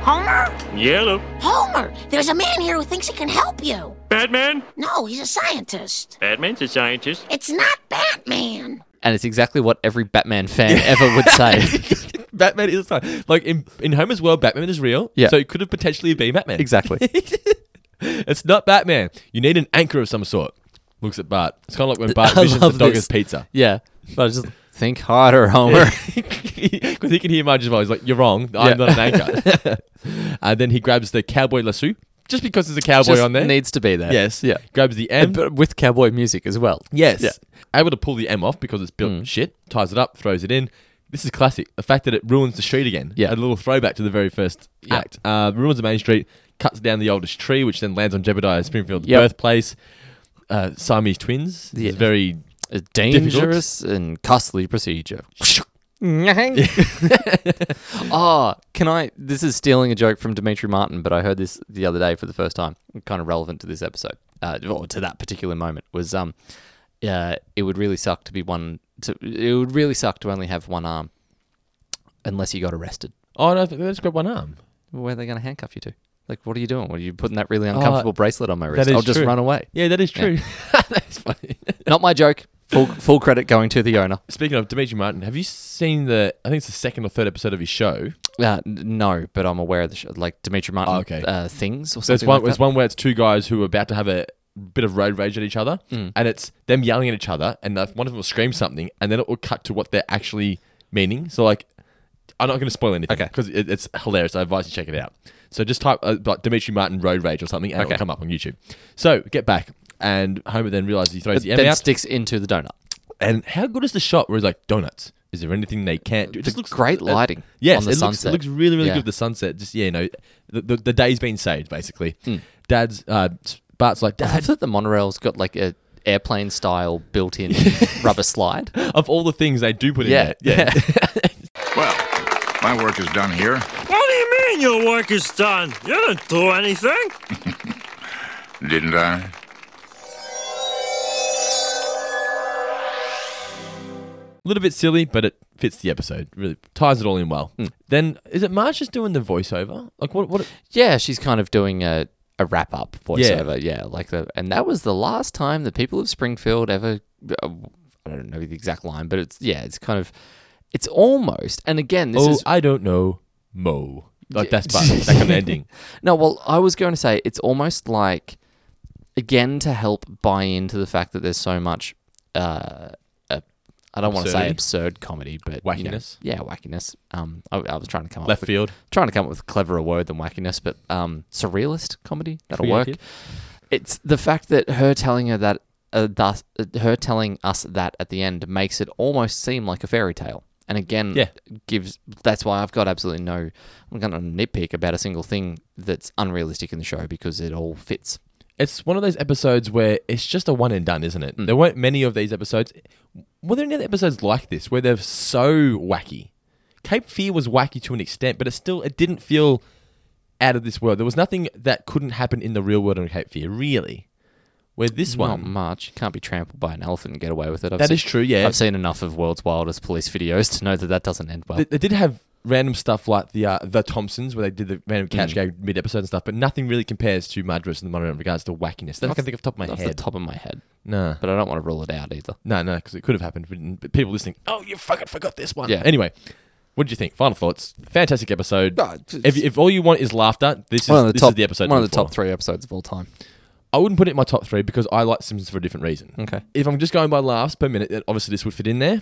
Homer?
Yellow.
Homer! There's a man here who thinks he can help you.
Batman?
No, he's a scientist.
Batman's a scientist.
It's not Batman.
And it's exactly what every Batman fan ever would say.
Batman is like, like in in Homer's world, Batman is real.
Yeah.
So it could have potentially been Batman.
exactly.
It's not Batman. You need an anchor of some sort. Looks at Bart. It's kind of like when Bart
I
visions the
love
dog
this.
as pizza.
Yeah. But I just think harder, Homer.
Because he can hear Marge as well. He's like, "You're wrong.
Yeah.
I'm not an anchor." uh, then he grabs the cowboy lasso, just because there's a cowboy
Just
on there.
needs to be there.
yes,
Yeah.
Grabs the M.
And but with cowboy music as well.
yes, Mm.
Yeah.
able to pull the M off because it's built shit. Ties it up, throws it in. This is classic. The fact that it ruins the street again.
Yeah.
a little throwback to the very first
Yeah.
act. Uh, ruins the main street, cuts down the oldest tree, which then lands on Jebediah Springfield's
Yep.
birthplace. Uh, Siamese twins.
Yeah.
It's very
A dangerous and costly procedure. oh, can I? This is stealing a joke from Dimitri Martin, but I heard this the other day for the first time. Kind of relevant to this episode, uh, or to that particular moment. Was um, uh, it would really suck to be one. To, it would really suck to only have one arm, unless you got arrested.
Oh no! They just grab one arm.
Where are they going to handcuff you to? Like, what are you doing? What are you putting that really uncomfortable bracelet on my wrist?
Oh, is
I'll just
true.
run away.
Yeah, that is true. That's funny.
Not my joke. Full full credit going to the owner.
Speaking of Dimitri Martin, have you seen the? I think it's the second or third episode of his show.
Uh, n- no, but I'm aware of the show, like Dimitri Martin
Oh, okay.
uh, things or something.
There's one.
like
There's
that.
one where it's two guys who are about to have a bit of road rage at each other,
Hmm.
and it's them yelling at each other, and the- one of them will scream something, and then it will cut to what they're actually meaning. So like, I'm not going to spoil anything,
Okay.
Because it, it's hilarious. I advise you check it out. So just type uh, like Dimitri Martin road rage or something, and
Okay.
it'll come up on YouTube. So get back, and Homer then realizes he throws the M
then
out.
sticks into the donut.
And how good is the shot where he's like, donuts? Is there anything they can't do? It uh,
The great lighting
yes,
on the
it
sunset.
Looks, it looks really, really
Yeah.
good. The sunset, just yeah, you know, the, the, the day's been saved basically.
Hmm.
Dad's uh, Bart's like,
I
Dad,
thought the monorail's got like a airplane style built in rubber slide.
of all the things they do put
Yeah,
in there, yeah,
Well, my work is done here.
What do you mean your work is done? You didn't do anything.
Didn't I?
a little bit silly, but it fits the episode. Really ties it all in well.
Hmm.
Then is it Marge just doing the voiceover? Like what? What?
Yeah, she's kind of doing a, a wrap up voiceover. Yeah. like the and that was the last time the people of Springfield ever. Uh, I don't know the exact line, but it's yeah, it's kind of, it's almost. And again, this
oh,
is
I don't know, Mo. Like
Yeah.
that's Bart. that kind of ending.
No, well, I was going to say it's almost like, again, to help buy into the fact that there's so much, uh, uh, I don't want to say
Absurdity?
absurd comedy, but you know,
Wackiness?
yeah, wackiness. Um, I, I was trying to come up
Left
with,
field.
trying to come up with a cleverer word than wackiness, but um, surrealist comedy that'll work.
Creative.
It's the fact that her telling her that, uh, thus, uh, her telling us that at the end makes it almost seem like a fairy tale. And again,
Yeah.
gives that's why I've got absolutely no I'm going to nitpick about a single thing that's unrealistic in the show because it all fits.
Mm. It's one of those episodes where it's just a one and done, isn't it? There weren't many of these episodes. Were there any other episodes like this where they're so wacky? Cape Fear was wacky to an extent, but it still it didn't feel out of this world. There was nothing that couldn't happen in the real world on Cape Fear, really. Where this
Not
one,
much. You can't be trampled by an elephant and get away with it. I've
That
seen-
is true, yeah.
I've seen enough of World's Wildest Police videos to know that that doesn't end well.
They, they did have random stuff like the uh, the Thompsons, where they did the random catch
Mm.
gag mid episode and stuff, but nothing really compares to Madras and the Monorail in regards to wackiness. That I
Off-
can think off the top of my
off the
head.
top of my head.
Nah.
But I don't want to rule it out either.
No, no, because it could have happened. But, but people listening, oh, you fucking forgot this one.
Yeah.
Anyway, what did you think? Final thoughts. Fantastic episode. if, if all you want is laughter, this is,
One of the
this
top-
is the episode.
one of
to look
the top
for.
three episodes of all time.
I wouldn't put it in my top three because I like Simpsons for a different reason.
Okay.
If I'm just going by laughs per minute, then obviously this would fit in there.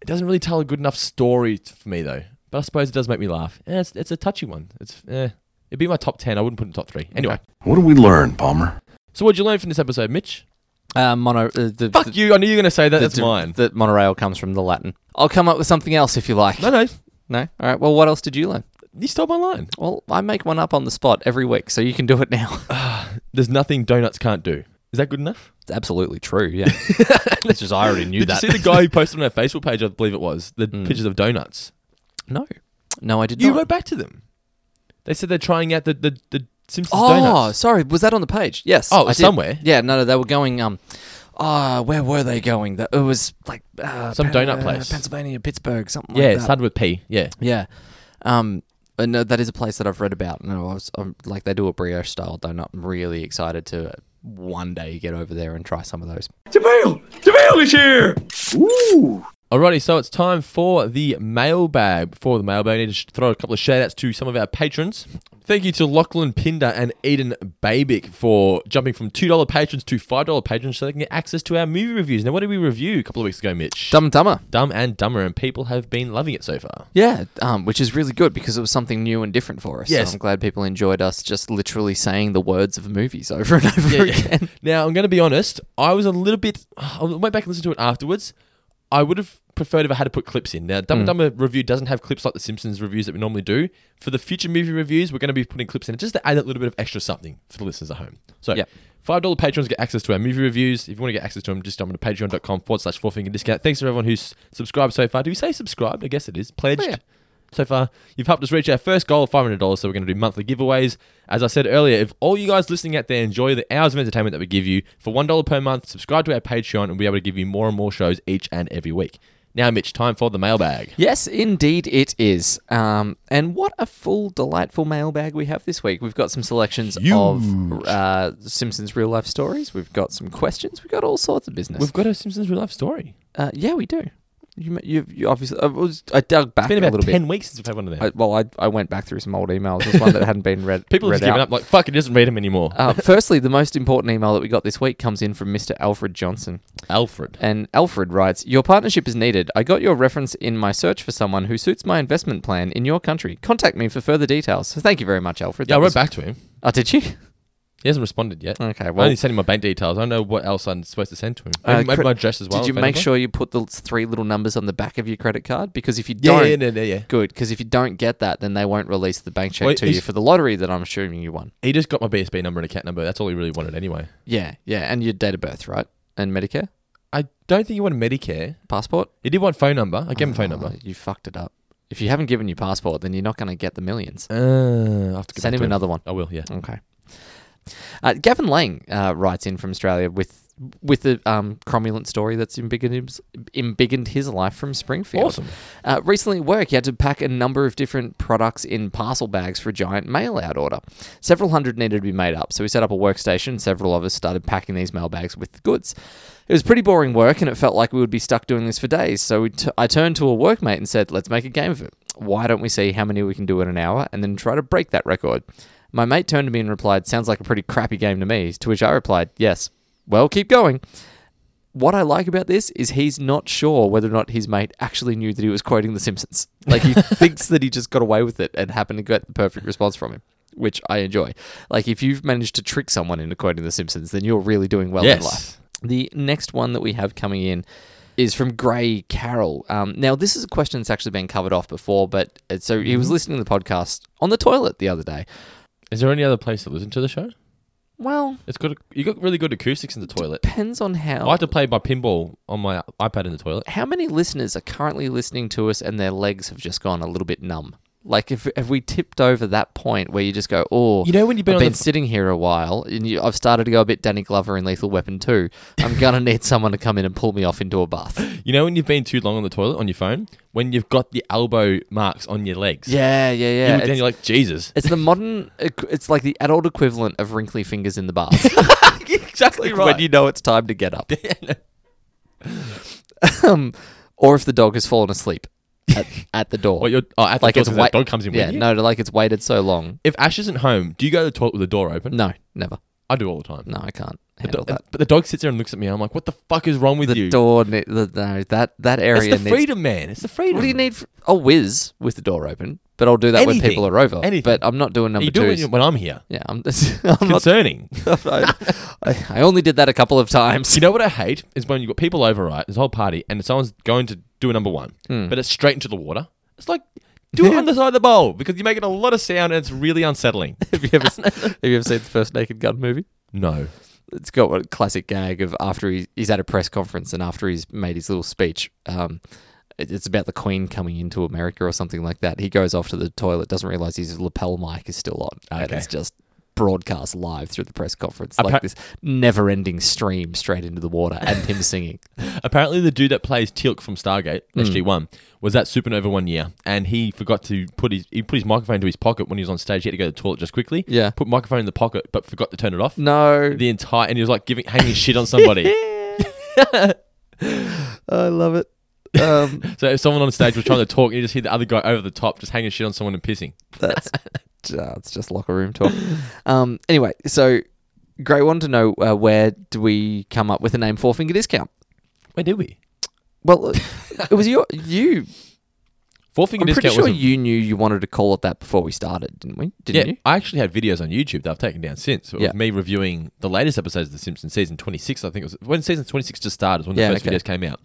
It doesn't really tell a good enough story t- for me though. But I suppose it does make me laugh. Eh, it's, it's a touchy one. It's eh. it'd be my top ten. I wouldn't put it in top three. Anyway.
What do we learn, Palmer?
So what'd you learn from this episode, Mitch?
Uh, mono, uh, the,
Fuck you! I knew you were going to say that.
the
That's
di-
mine.
That monorail comes from the Latin. I'll come up with something else if you like.
No, no.
No? All right. Well, what else did you learn?
You stole my line.
Well, I make one up on the spot every week, so you can do it now.
There's nothing donuts can't do. Is that good enough?
It's absolutely true, yeah. it's just, I already knew
Did
that.
you see the guy who posted on our Facebook page? I believe it was the pictures of donuts.
no. No, I did
You
not.
wrote back to them. They said they're trying out the the, the Simpsons
Oh,
donuts.
sorry. Was that on the page? Yes.
Oh, it
I
was
did.
somewhere.
Yeah, no, no, they were going. Um, ah, where were they going? The- It was like uh,
Some
Pen-
donut
uh,
place.
Pennsylvania, Pittsburgh, something.
Yeah,
like
it
that.
started with P. Yeah.
Yeah, um, uh, no, that is a place that I've read about. No, I was I'm, like they do a brioche style donut. I'm really excited to uh, one day get over there and try some of those.
Jamil! Jamil is here! Ooh!
Alrighty, so it's time for the mailbag. Before the mailbag, I need to sh- throw a couple of shout outs to some of our patrons. Thank you to Lachlan Pinder and Eden Babick for jumping from $2 patrons to $5 patrons so they can get access to our movie reviews. Now, what did we review a couple of weeks ago, Mitch?
Dumb and Dumber.
Dumb and Dumber, and people have been loving it so far.
Yeah, um, which is really good because it was something new and different for us. So
Yes.
I'm glad people enjoyed us just literally saying the words of movies over and over again.
Now, I'm going to be honest. I was a little bit. I went back and listened to it afterwards. I would have preferred if I had to put clips in. Now, Dumb and Dumber review doesn't have clips like the Simpsons reviews that we normally do. For the future movie reviews, we're going to be putting clips in just to add a little bit of extra something for the listeners at home. So,
Yep.
$5 patrons get access to our movie reviews. If you want to get access to them, just jump to patreon.com forward slash four finger discount. Thanks to everyone who's subscribed so far. Do we say subscribed? I guess it is. Pledged.
Oh, yeah.
So far, you've helped us reach our first goal of $500, so we're going to do monthly giveaways. As I said earlier, if all you guys listening out there enjoy the hours of entertainment that we give you, for $1 per month, subscribe to our Patreon and we'll be able to give you more and more shows each and every week. Now, Mitch, time for the mailbag.
Yes, indeed it is. Um, and what a full, delightful mailbag we have this week. We've got some selections of uh, Simpsons real life stories. We've got some questions. We've got all sorts of business.
We've got a Simpsons real life story.
uh, yeah, we do. You, ma- you, you obviously. I, was, I dug back
It's been
a
about
little
10
bit.
weeks since we've had one of them.
I, well, I, I went back through some old emails. There's one that hadn't been read.
People are
read
just giving
out.
up, like, fuck, it doesn't read them anymore.
Uh, firstly, the most important email that we got this week comes in from Mr. Alfred Johnson.
Alfred.
And Alfred writes, Your partnership is needed. I got your reference in my search for someone who suits my investment plan in your country. Contact me for further details. So thank you very much, Alfred.
Yeah, I
That
wrote
was-
back to him.
Oh, did you?
He hasn't responded yet.
Okay,
I
well.
only sent him my bank details. I don't know what else I'm supposed to send to him.
uh,
Maybe, maybe
cre-
my address as well.
Did you
phone
make
number?
sure you put the three little numbers on the back of your credit card? Because if you
Yeah,
don't,
yeah, yeah, yeah, yeah.
good. Because if you don't get that, then they won't release the bank check
Wait,
to
is-
you for the lottery that I'm assuming you won.
He just got my BSB number and account number. That's all he really wanted anyway.
Yeah, yeah, and your date of birth, right? And Medicare
I don't think he wanted Medicare.
passport.
He did want phone number. I gave him phone number.
Oh, you fucked it up. If you haven't given your passport, then you're not going to get the millions.
Uh, I have to get
Send
back
him
to
another one.
I will, yeah.
Okay. Uh, Gavin Lang uh, writes in from Australia with with the um, cromulent story that's embiggened, his- embiggened his life from Springfield.
Awesome.
Uh, recently at work, he had to pack a number of different products in parcel bags for a giant mail-out order. Several hundred needed to be made up, so we set up a workstation. Several of us started packing these mail bags with the goods. It was pretty boring work, and it felt like we would be stuck doing this for days. So we t- I turned to a workmate and said, "Let's make a game of it. Why don't we see how many we can do in an hour, and then try to break that record?" My mate turned to me and replied, Sounds like a pretty crappy game to me. To which I replied, Yes. Well, keep going. What I like about this is he's not sure whether or not his mate actually knew that he was quoting The Simpsons. Like, he thinks that he just got away with it and happened to get the perfect response from him, which I enjoy. Like, if you've managed to trick someone into quoting The Simpsons, then you're really doing well in
Yes.
life. The next one that we have coming in is from Gray Carroll. Um, now, this is a question that's actually been covered off before, but uh, so
Mm-hmm.
he was listening to the podcast on the toilet the other day.
Is there any other place to listen to the show?
Well,
It's got you got really good acoustics in the toilet.
depends on how.
I like to play my pinball on my iPad in the toilet.
how many listeners are currently listening to us and their legs have just gone a little bit numb? Like, if, if we tipped over that point where you just go, oh,
You know when you've been
I've
on
been
the f-
sitting here a while, and you, I've started to go a bit Danny Glover in Lethal Weapon 2, I'm going to need someone to come in and pull me off into a bath.
You know when you've been too long on the toilet on your phone, when you've got the elbow marks on your legs.
Yeah, yeah, yeah.
You-
It's-
then you're like Jesus.
It's the modern, equ- it's like the adult equivalent of wrinkly fingers in the bath.
exactly
When you know it's time to get up. um, or if the dog has fallen asleep at, at the door.
What, you're- oh, at the door, so the
wait-
dog comes in with
Yeah,
you?
no, like it's waited so long.
if Ash isn't home, do you go to the toilet with the door open?
No, never.
I do all the time.
No, I can't
The do-
handle that.
But the dog sits there and looks at me. and I'm like, what the fuck is wrong with
The
you?
door, ne- the, no, that that area.
it's the
needs-
freedom, man. It's the freedom.
What do you need? For, I'll whiz with the door open, but I'll do that when
Anything.
people are over.
Anything.
But I'm not doing number
you do it when,
twos.
you- when I'm here.
Yeah, I'm. I'm not,
Concerning.
I, I only did that a couple of times.
you know what I hate is when you've got people over, right? There's a whole party, and someone's going to do a number one,
Hmm.
but it's straight into the water. It's like do it on the side of the bowl because you're making a lot of sound and it's really unsettling.
Have you ever have you ever seen the first Naked Gun movie?
no.
It's got a classic gag of after he, he's at a press conference and after he's made his little speech, um, it- it's about the Queen coming into America or something like that. He goes off to the toilet, doesn't realize his lapel mic is still on, and
Okay.
it's just broadcast live through the press conference, like
Appa-
this never-ending stream straight into the water, and him singing.
Apparently, the dude that plays Teal'c from Stargate
Hmm.
SG One was at Supernova one year, and he forgot to put his he put his microphone into his pocket when he was on stage. He had to go to the toilet just quickly.
Yeah.
put microphone in the pocket, but forgot to turn it off.
No,
the entire and he was like giving hanging shit on somebody.
I love it. Um,
so if someone on stage was trying to talk, and you just hear the other guy over the top just hanging shit on someone and pissing.
That's uh, it's just locker room talk. Um, anyway, so Gray wanted to know uh, where do we come up with the name Four Finger Discount?
Where did we?
Well, uh, it was your you.
Four finger
I'm pretty
discount.
sure
was a-
you knew you wanted to call it that before we started, didn't we? Didn't
yeah,
you?
I actually had videos on YouTube that I've taken down since. It was
Yeah.
me reviewing the latest episodes of The Simpsons, season 26, I think it was. When season 26 just started, was when
Yeah,
the first
okay.
videos came out.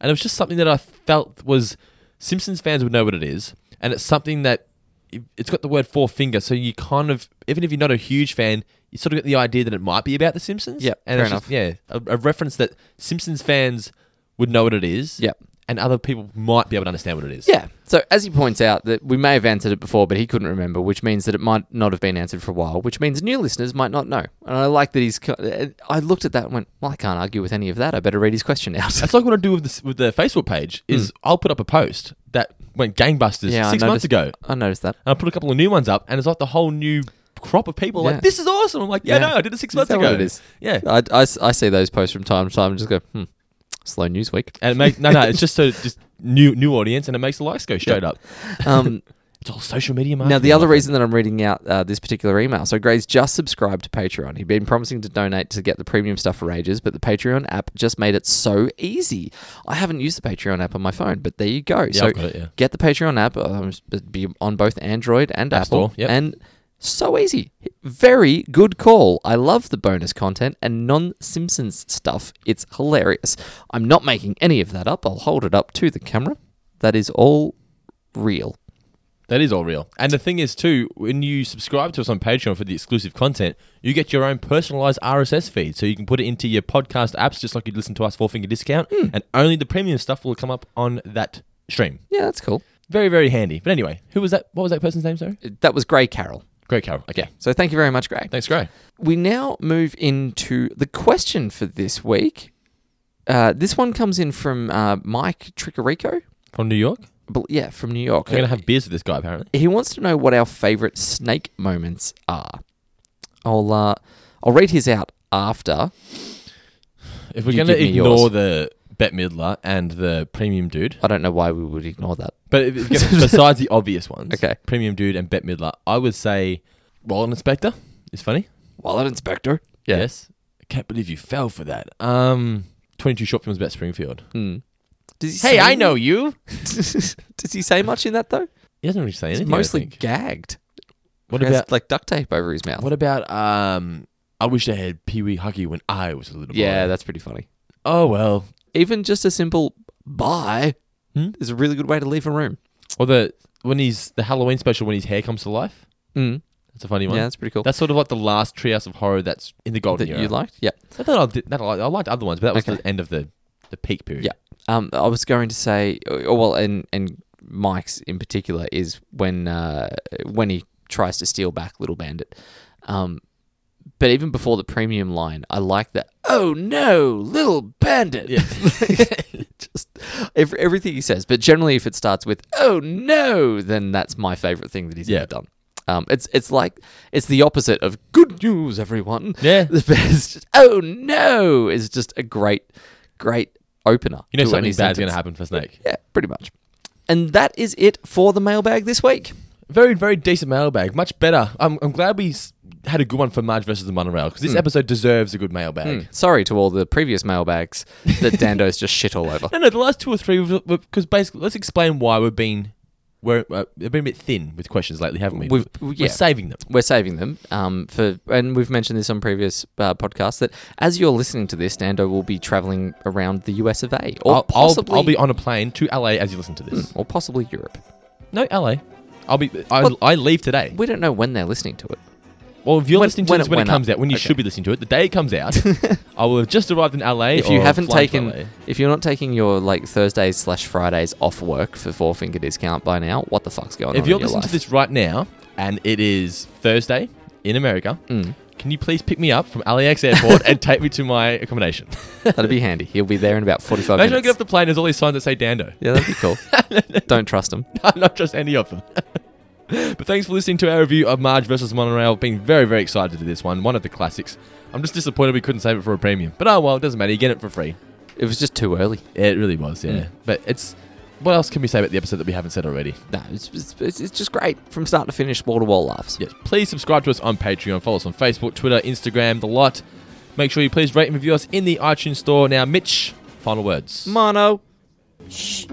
And it was just something that I felt was Simpsons fans would know what it is. And it's something that it- it's got the word four finger. So you kind of, even if you're not a huge fan, you sort of get the idea that it might be about The Simpsons.
Yeah,
and
fair
it's Just, yeah, a, a reference that Simpsons fans would know what it is.
Yep.
And other people might be able to understand what it is.
Yeah. So as he points out that we may have answered it before, but he couldn't remember, which means that it might not have been answered for a while, which means new listeners might not know. And I like that he's. co- uh, I looked at that and went, "Well, I can't argue with any of that. I better read his question out."
That's like what I do with this with the Facebook page is I'll put up a post that went gangbusters
Hmm. I
six months
noticed-
ago, and
I noticed that.
I put a couple of new ones up, and it's like the whole new crop of people
Yeah.
like this is awesome. I'm like, yeah, no, I did it six
Is
months
that
ago.
What it is. Uh,
Yeah,
I, I s- I see those posts from time to time and just go, hmm, slow news week.
and it makes no, no, it's just so just new new audience, and it makes the likes go straight up.
Um,
It's all social media marketing.
now, the other
my
reason that I'm reading out uh, this particular email so, Gray's just subscribed to Patreon. He'd been promising to donate to get the premium stuff for ages, but the Patreon app just made it so easy. I haven't used the Patreon app on my phone, but there you go. so,
I've got it, yeah.
get the Patreon app. Um, it'd be on both Android and
App
Apple.
Store, yep.
And so easy. Very good call. I love the bonus content and non Simpsons stuff. It's hilarious. I'm not making any of that up. I'll hold it up to the camera. That is all real.
friend. that is all real. And the thing is too, when you subscribe to us on Patreon for the exclusive content, you get your own personalized RSS feed, so you can put it into your podcast apps just like you would listen to us four finger discount, and only the premium stuff will come up on that stream.
Yeah, that's cool.
Very, very handy. But anyway, who was that? What was that person's name? Sorry,
That was Gray Carroll.
Greg Carroll. Okay,
So thank you very much, Gray.
thanks, Gray.
We now move into the question for this week. Uh, this one comes in from uh, Mike Tricarico.
From New York,
Bel- Yeah, from New York.
we're gonna have beers with this guy apparently.
he wants to know what our favorite snake moments are. I'll uh, I'll read his out after.
If we're
You
gonna
give me
ignore
yours.
the Bet Midler and the Premium Dude,
I don't know why we would ignore that.
but if- if- besides the obvious ones,
Okay.
Premium Dude and Bet Midler, I would say Roland Inspector is funny.
Wallet Inspector. Yeah.
Yes, I can't believe you fell for that. Um, twenty-two short films about Springfield.
Hmm. Does he
Hey,
say-
I know you.
Does he say much in that though?
He doesn't really say
He's
anything. I
mostly
think.
gagged.
What
He has,
about
like duct tape over his mouth?
what about um? I wish I had Pee Wee hockey when I was a little
yeah,
boy.
that's pretty funny.
oh well.
Even just a simple bye
Hmm?
is a really good way to leave a room.
Or the when he's the Halloween special when his hair comes to life.
Mm.
That's a funny one.
Yeah, that's pretty cool.
That's sort of like the last Treehouse of Horror that's in the golden
That
era.
you liked? Yeah.
I thought I did. Not, I liked other ones, but that was
Okay.
the end of the, the peak period.
Yeah. Um, I was going to say, oh, well, and and Mike's in particular is when uh, when he tries to steal back Little Bandit. Um, but even before the premium line, I like that. Oh no, Little Bandit! Yeah. Just ev- everything he says. But generally, if it starts with "Oh no," then that's my favorite thing that he's
Yeah.
ever done. Um, it's it's like it's the opposite of good news, everyone.
Yeah.
The best. Just, oh no! Is just a great, great opener.
You know
to any
something bad's going
sentence.
to happen for Snake.
Yeah, pretty much. And that is it for the mailbag this week.
Very, very decent mailbag. Much better. I'm, I'm glad we s- had a good one for Marge versus the Monorail because this
Hmm.
episode deserves a good mailbag.
Hmm. Sorry to all the previous mailbags that Dando's just shit all over.
No, no, the last two or three because basically, let's explain why we've been we're uh, we've been a bit thin with questions lately, haven't we?
We've-
We're
yeah.
saving them.
We're saving them um, for, and we've mentioned this on previous uh, podcasts that as you're listening to this, Dando will be traveling around the US of A,
I'll,
or
I'll-
possibly, Hmm.
I'll, be on a plane to LA as you listen to this.
or possibly Europe.
No, LA. I'll be. I,
What?
I leave today.
We don't know when they're listening to it.
Well, if you're
When-
listening to
when
this
it
when it
went
comes
up.
out, when you
Okay.
should be listening to it, the day it comes out, I will have just arrived in LA.
If you
or
haven't
flying to LA.
taken, if you're not taking your like Thursdays slash Fridays off work for four finger discount by now, what the fuck's going on?
if you're
in your
listening to
life?
this right now and it is Thursday in America,
Mm.
can you please pick me up from LAX airport and take me to my accommodation?
That'd be handy. He'll be there in about 45
Imagine I
minutes.
get off the plane. There's all these signs that say Dando.
Yeah, that'd be cool. Don't trust him.
I'm not just any of them. but thanks for listening to our review of Marge versus Monorail. Been very, very excited to do this one. One of the classics. I'm just disappointed we couldn't save it for a premium. But oh well, it doesn't matter. You get it for free.
It was just too early.
It really was, yeah.
Mm.
But it's. What else can we say about the episode that we haven't said already?
No, it's, it's, it's it's just great from start to finish, wall to wall laughs.
Yes, please subscribe to us on Patreon. Follow us on Facebook, Twitter, Instagram, the lot. Make sure you please rate and review us in the iTunes store. Now, Mitch, final words.
Mono.
Shh.